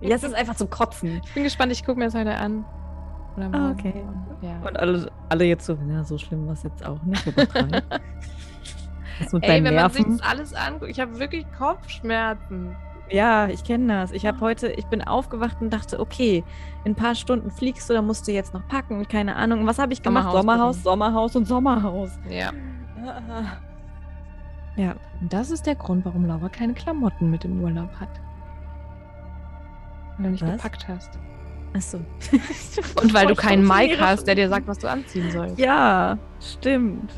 Speaker 2: Das ist einfach zum Kotzen.
Speaker 1: Ich bin gespannt, ich gucke mir das heute an. Oder morgen.
Speaker 2: Okay.
Speaker 1: Ja.
Speaker 2: Und alle, alle jetzt so, na, so schlimm war es jetzt auch nicht. aber drei." Das mit
Speaker 1: Ey,
Speaker 2: deinen
Speaker 1: wenn man sich
Speaker 2: Nerven.
Speaker 1: das alles anguckt, ich habe wirklich Kopfschmerzen.
Speaker 2: Ja, ich kenne das. Ich habe heute, ich bin aufgewacht und dachte, okay, in ein paar Stunden fliegst du, da musst du jetzt noch packen und keine Ahnung. Und Was habe ich gemacht?
Speaker 1: Sommerhaus
Speaker 2: Sommerhaus, Ah. Sommerhaus und Sommerhaus.
Speaker 1: Ja.
Speaker 2: Ja,
Speaker 1: Und das ist der Grund, warum Laura keine Klamotten mit im Urlaub hat. Weil du nicht
Speaker 2: Was?
Speaker 1: gepackt hast.
Speaker 2: achso.
Speaker 1: Und weil du keinen Mike hast, der dir sagt, was du anziehen sollst.
Speaker 2: Ja, stimmt.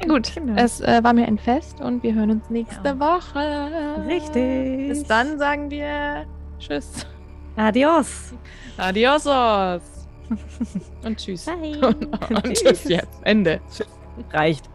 Speaker 1: Na gut,
Speaker 2: Genau.
Speaker 1: es äh, war mir ein Fest und wir hören uns nächste
Speaker 2: Ja. Ah.
Speaker 1: Woche.
Speaker 2: Richtig.
Speaker 1: Bis dann sagen wir Tschüss.
Speaker 2: Adios.
Speaker 1: Adiosos. und Tschüss.
Speaker 2: Bye.
Speaker 1: Und, und tschüss jetzt. Ende.
Speaker 2: Reicht.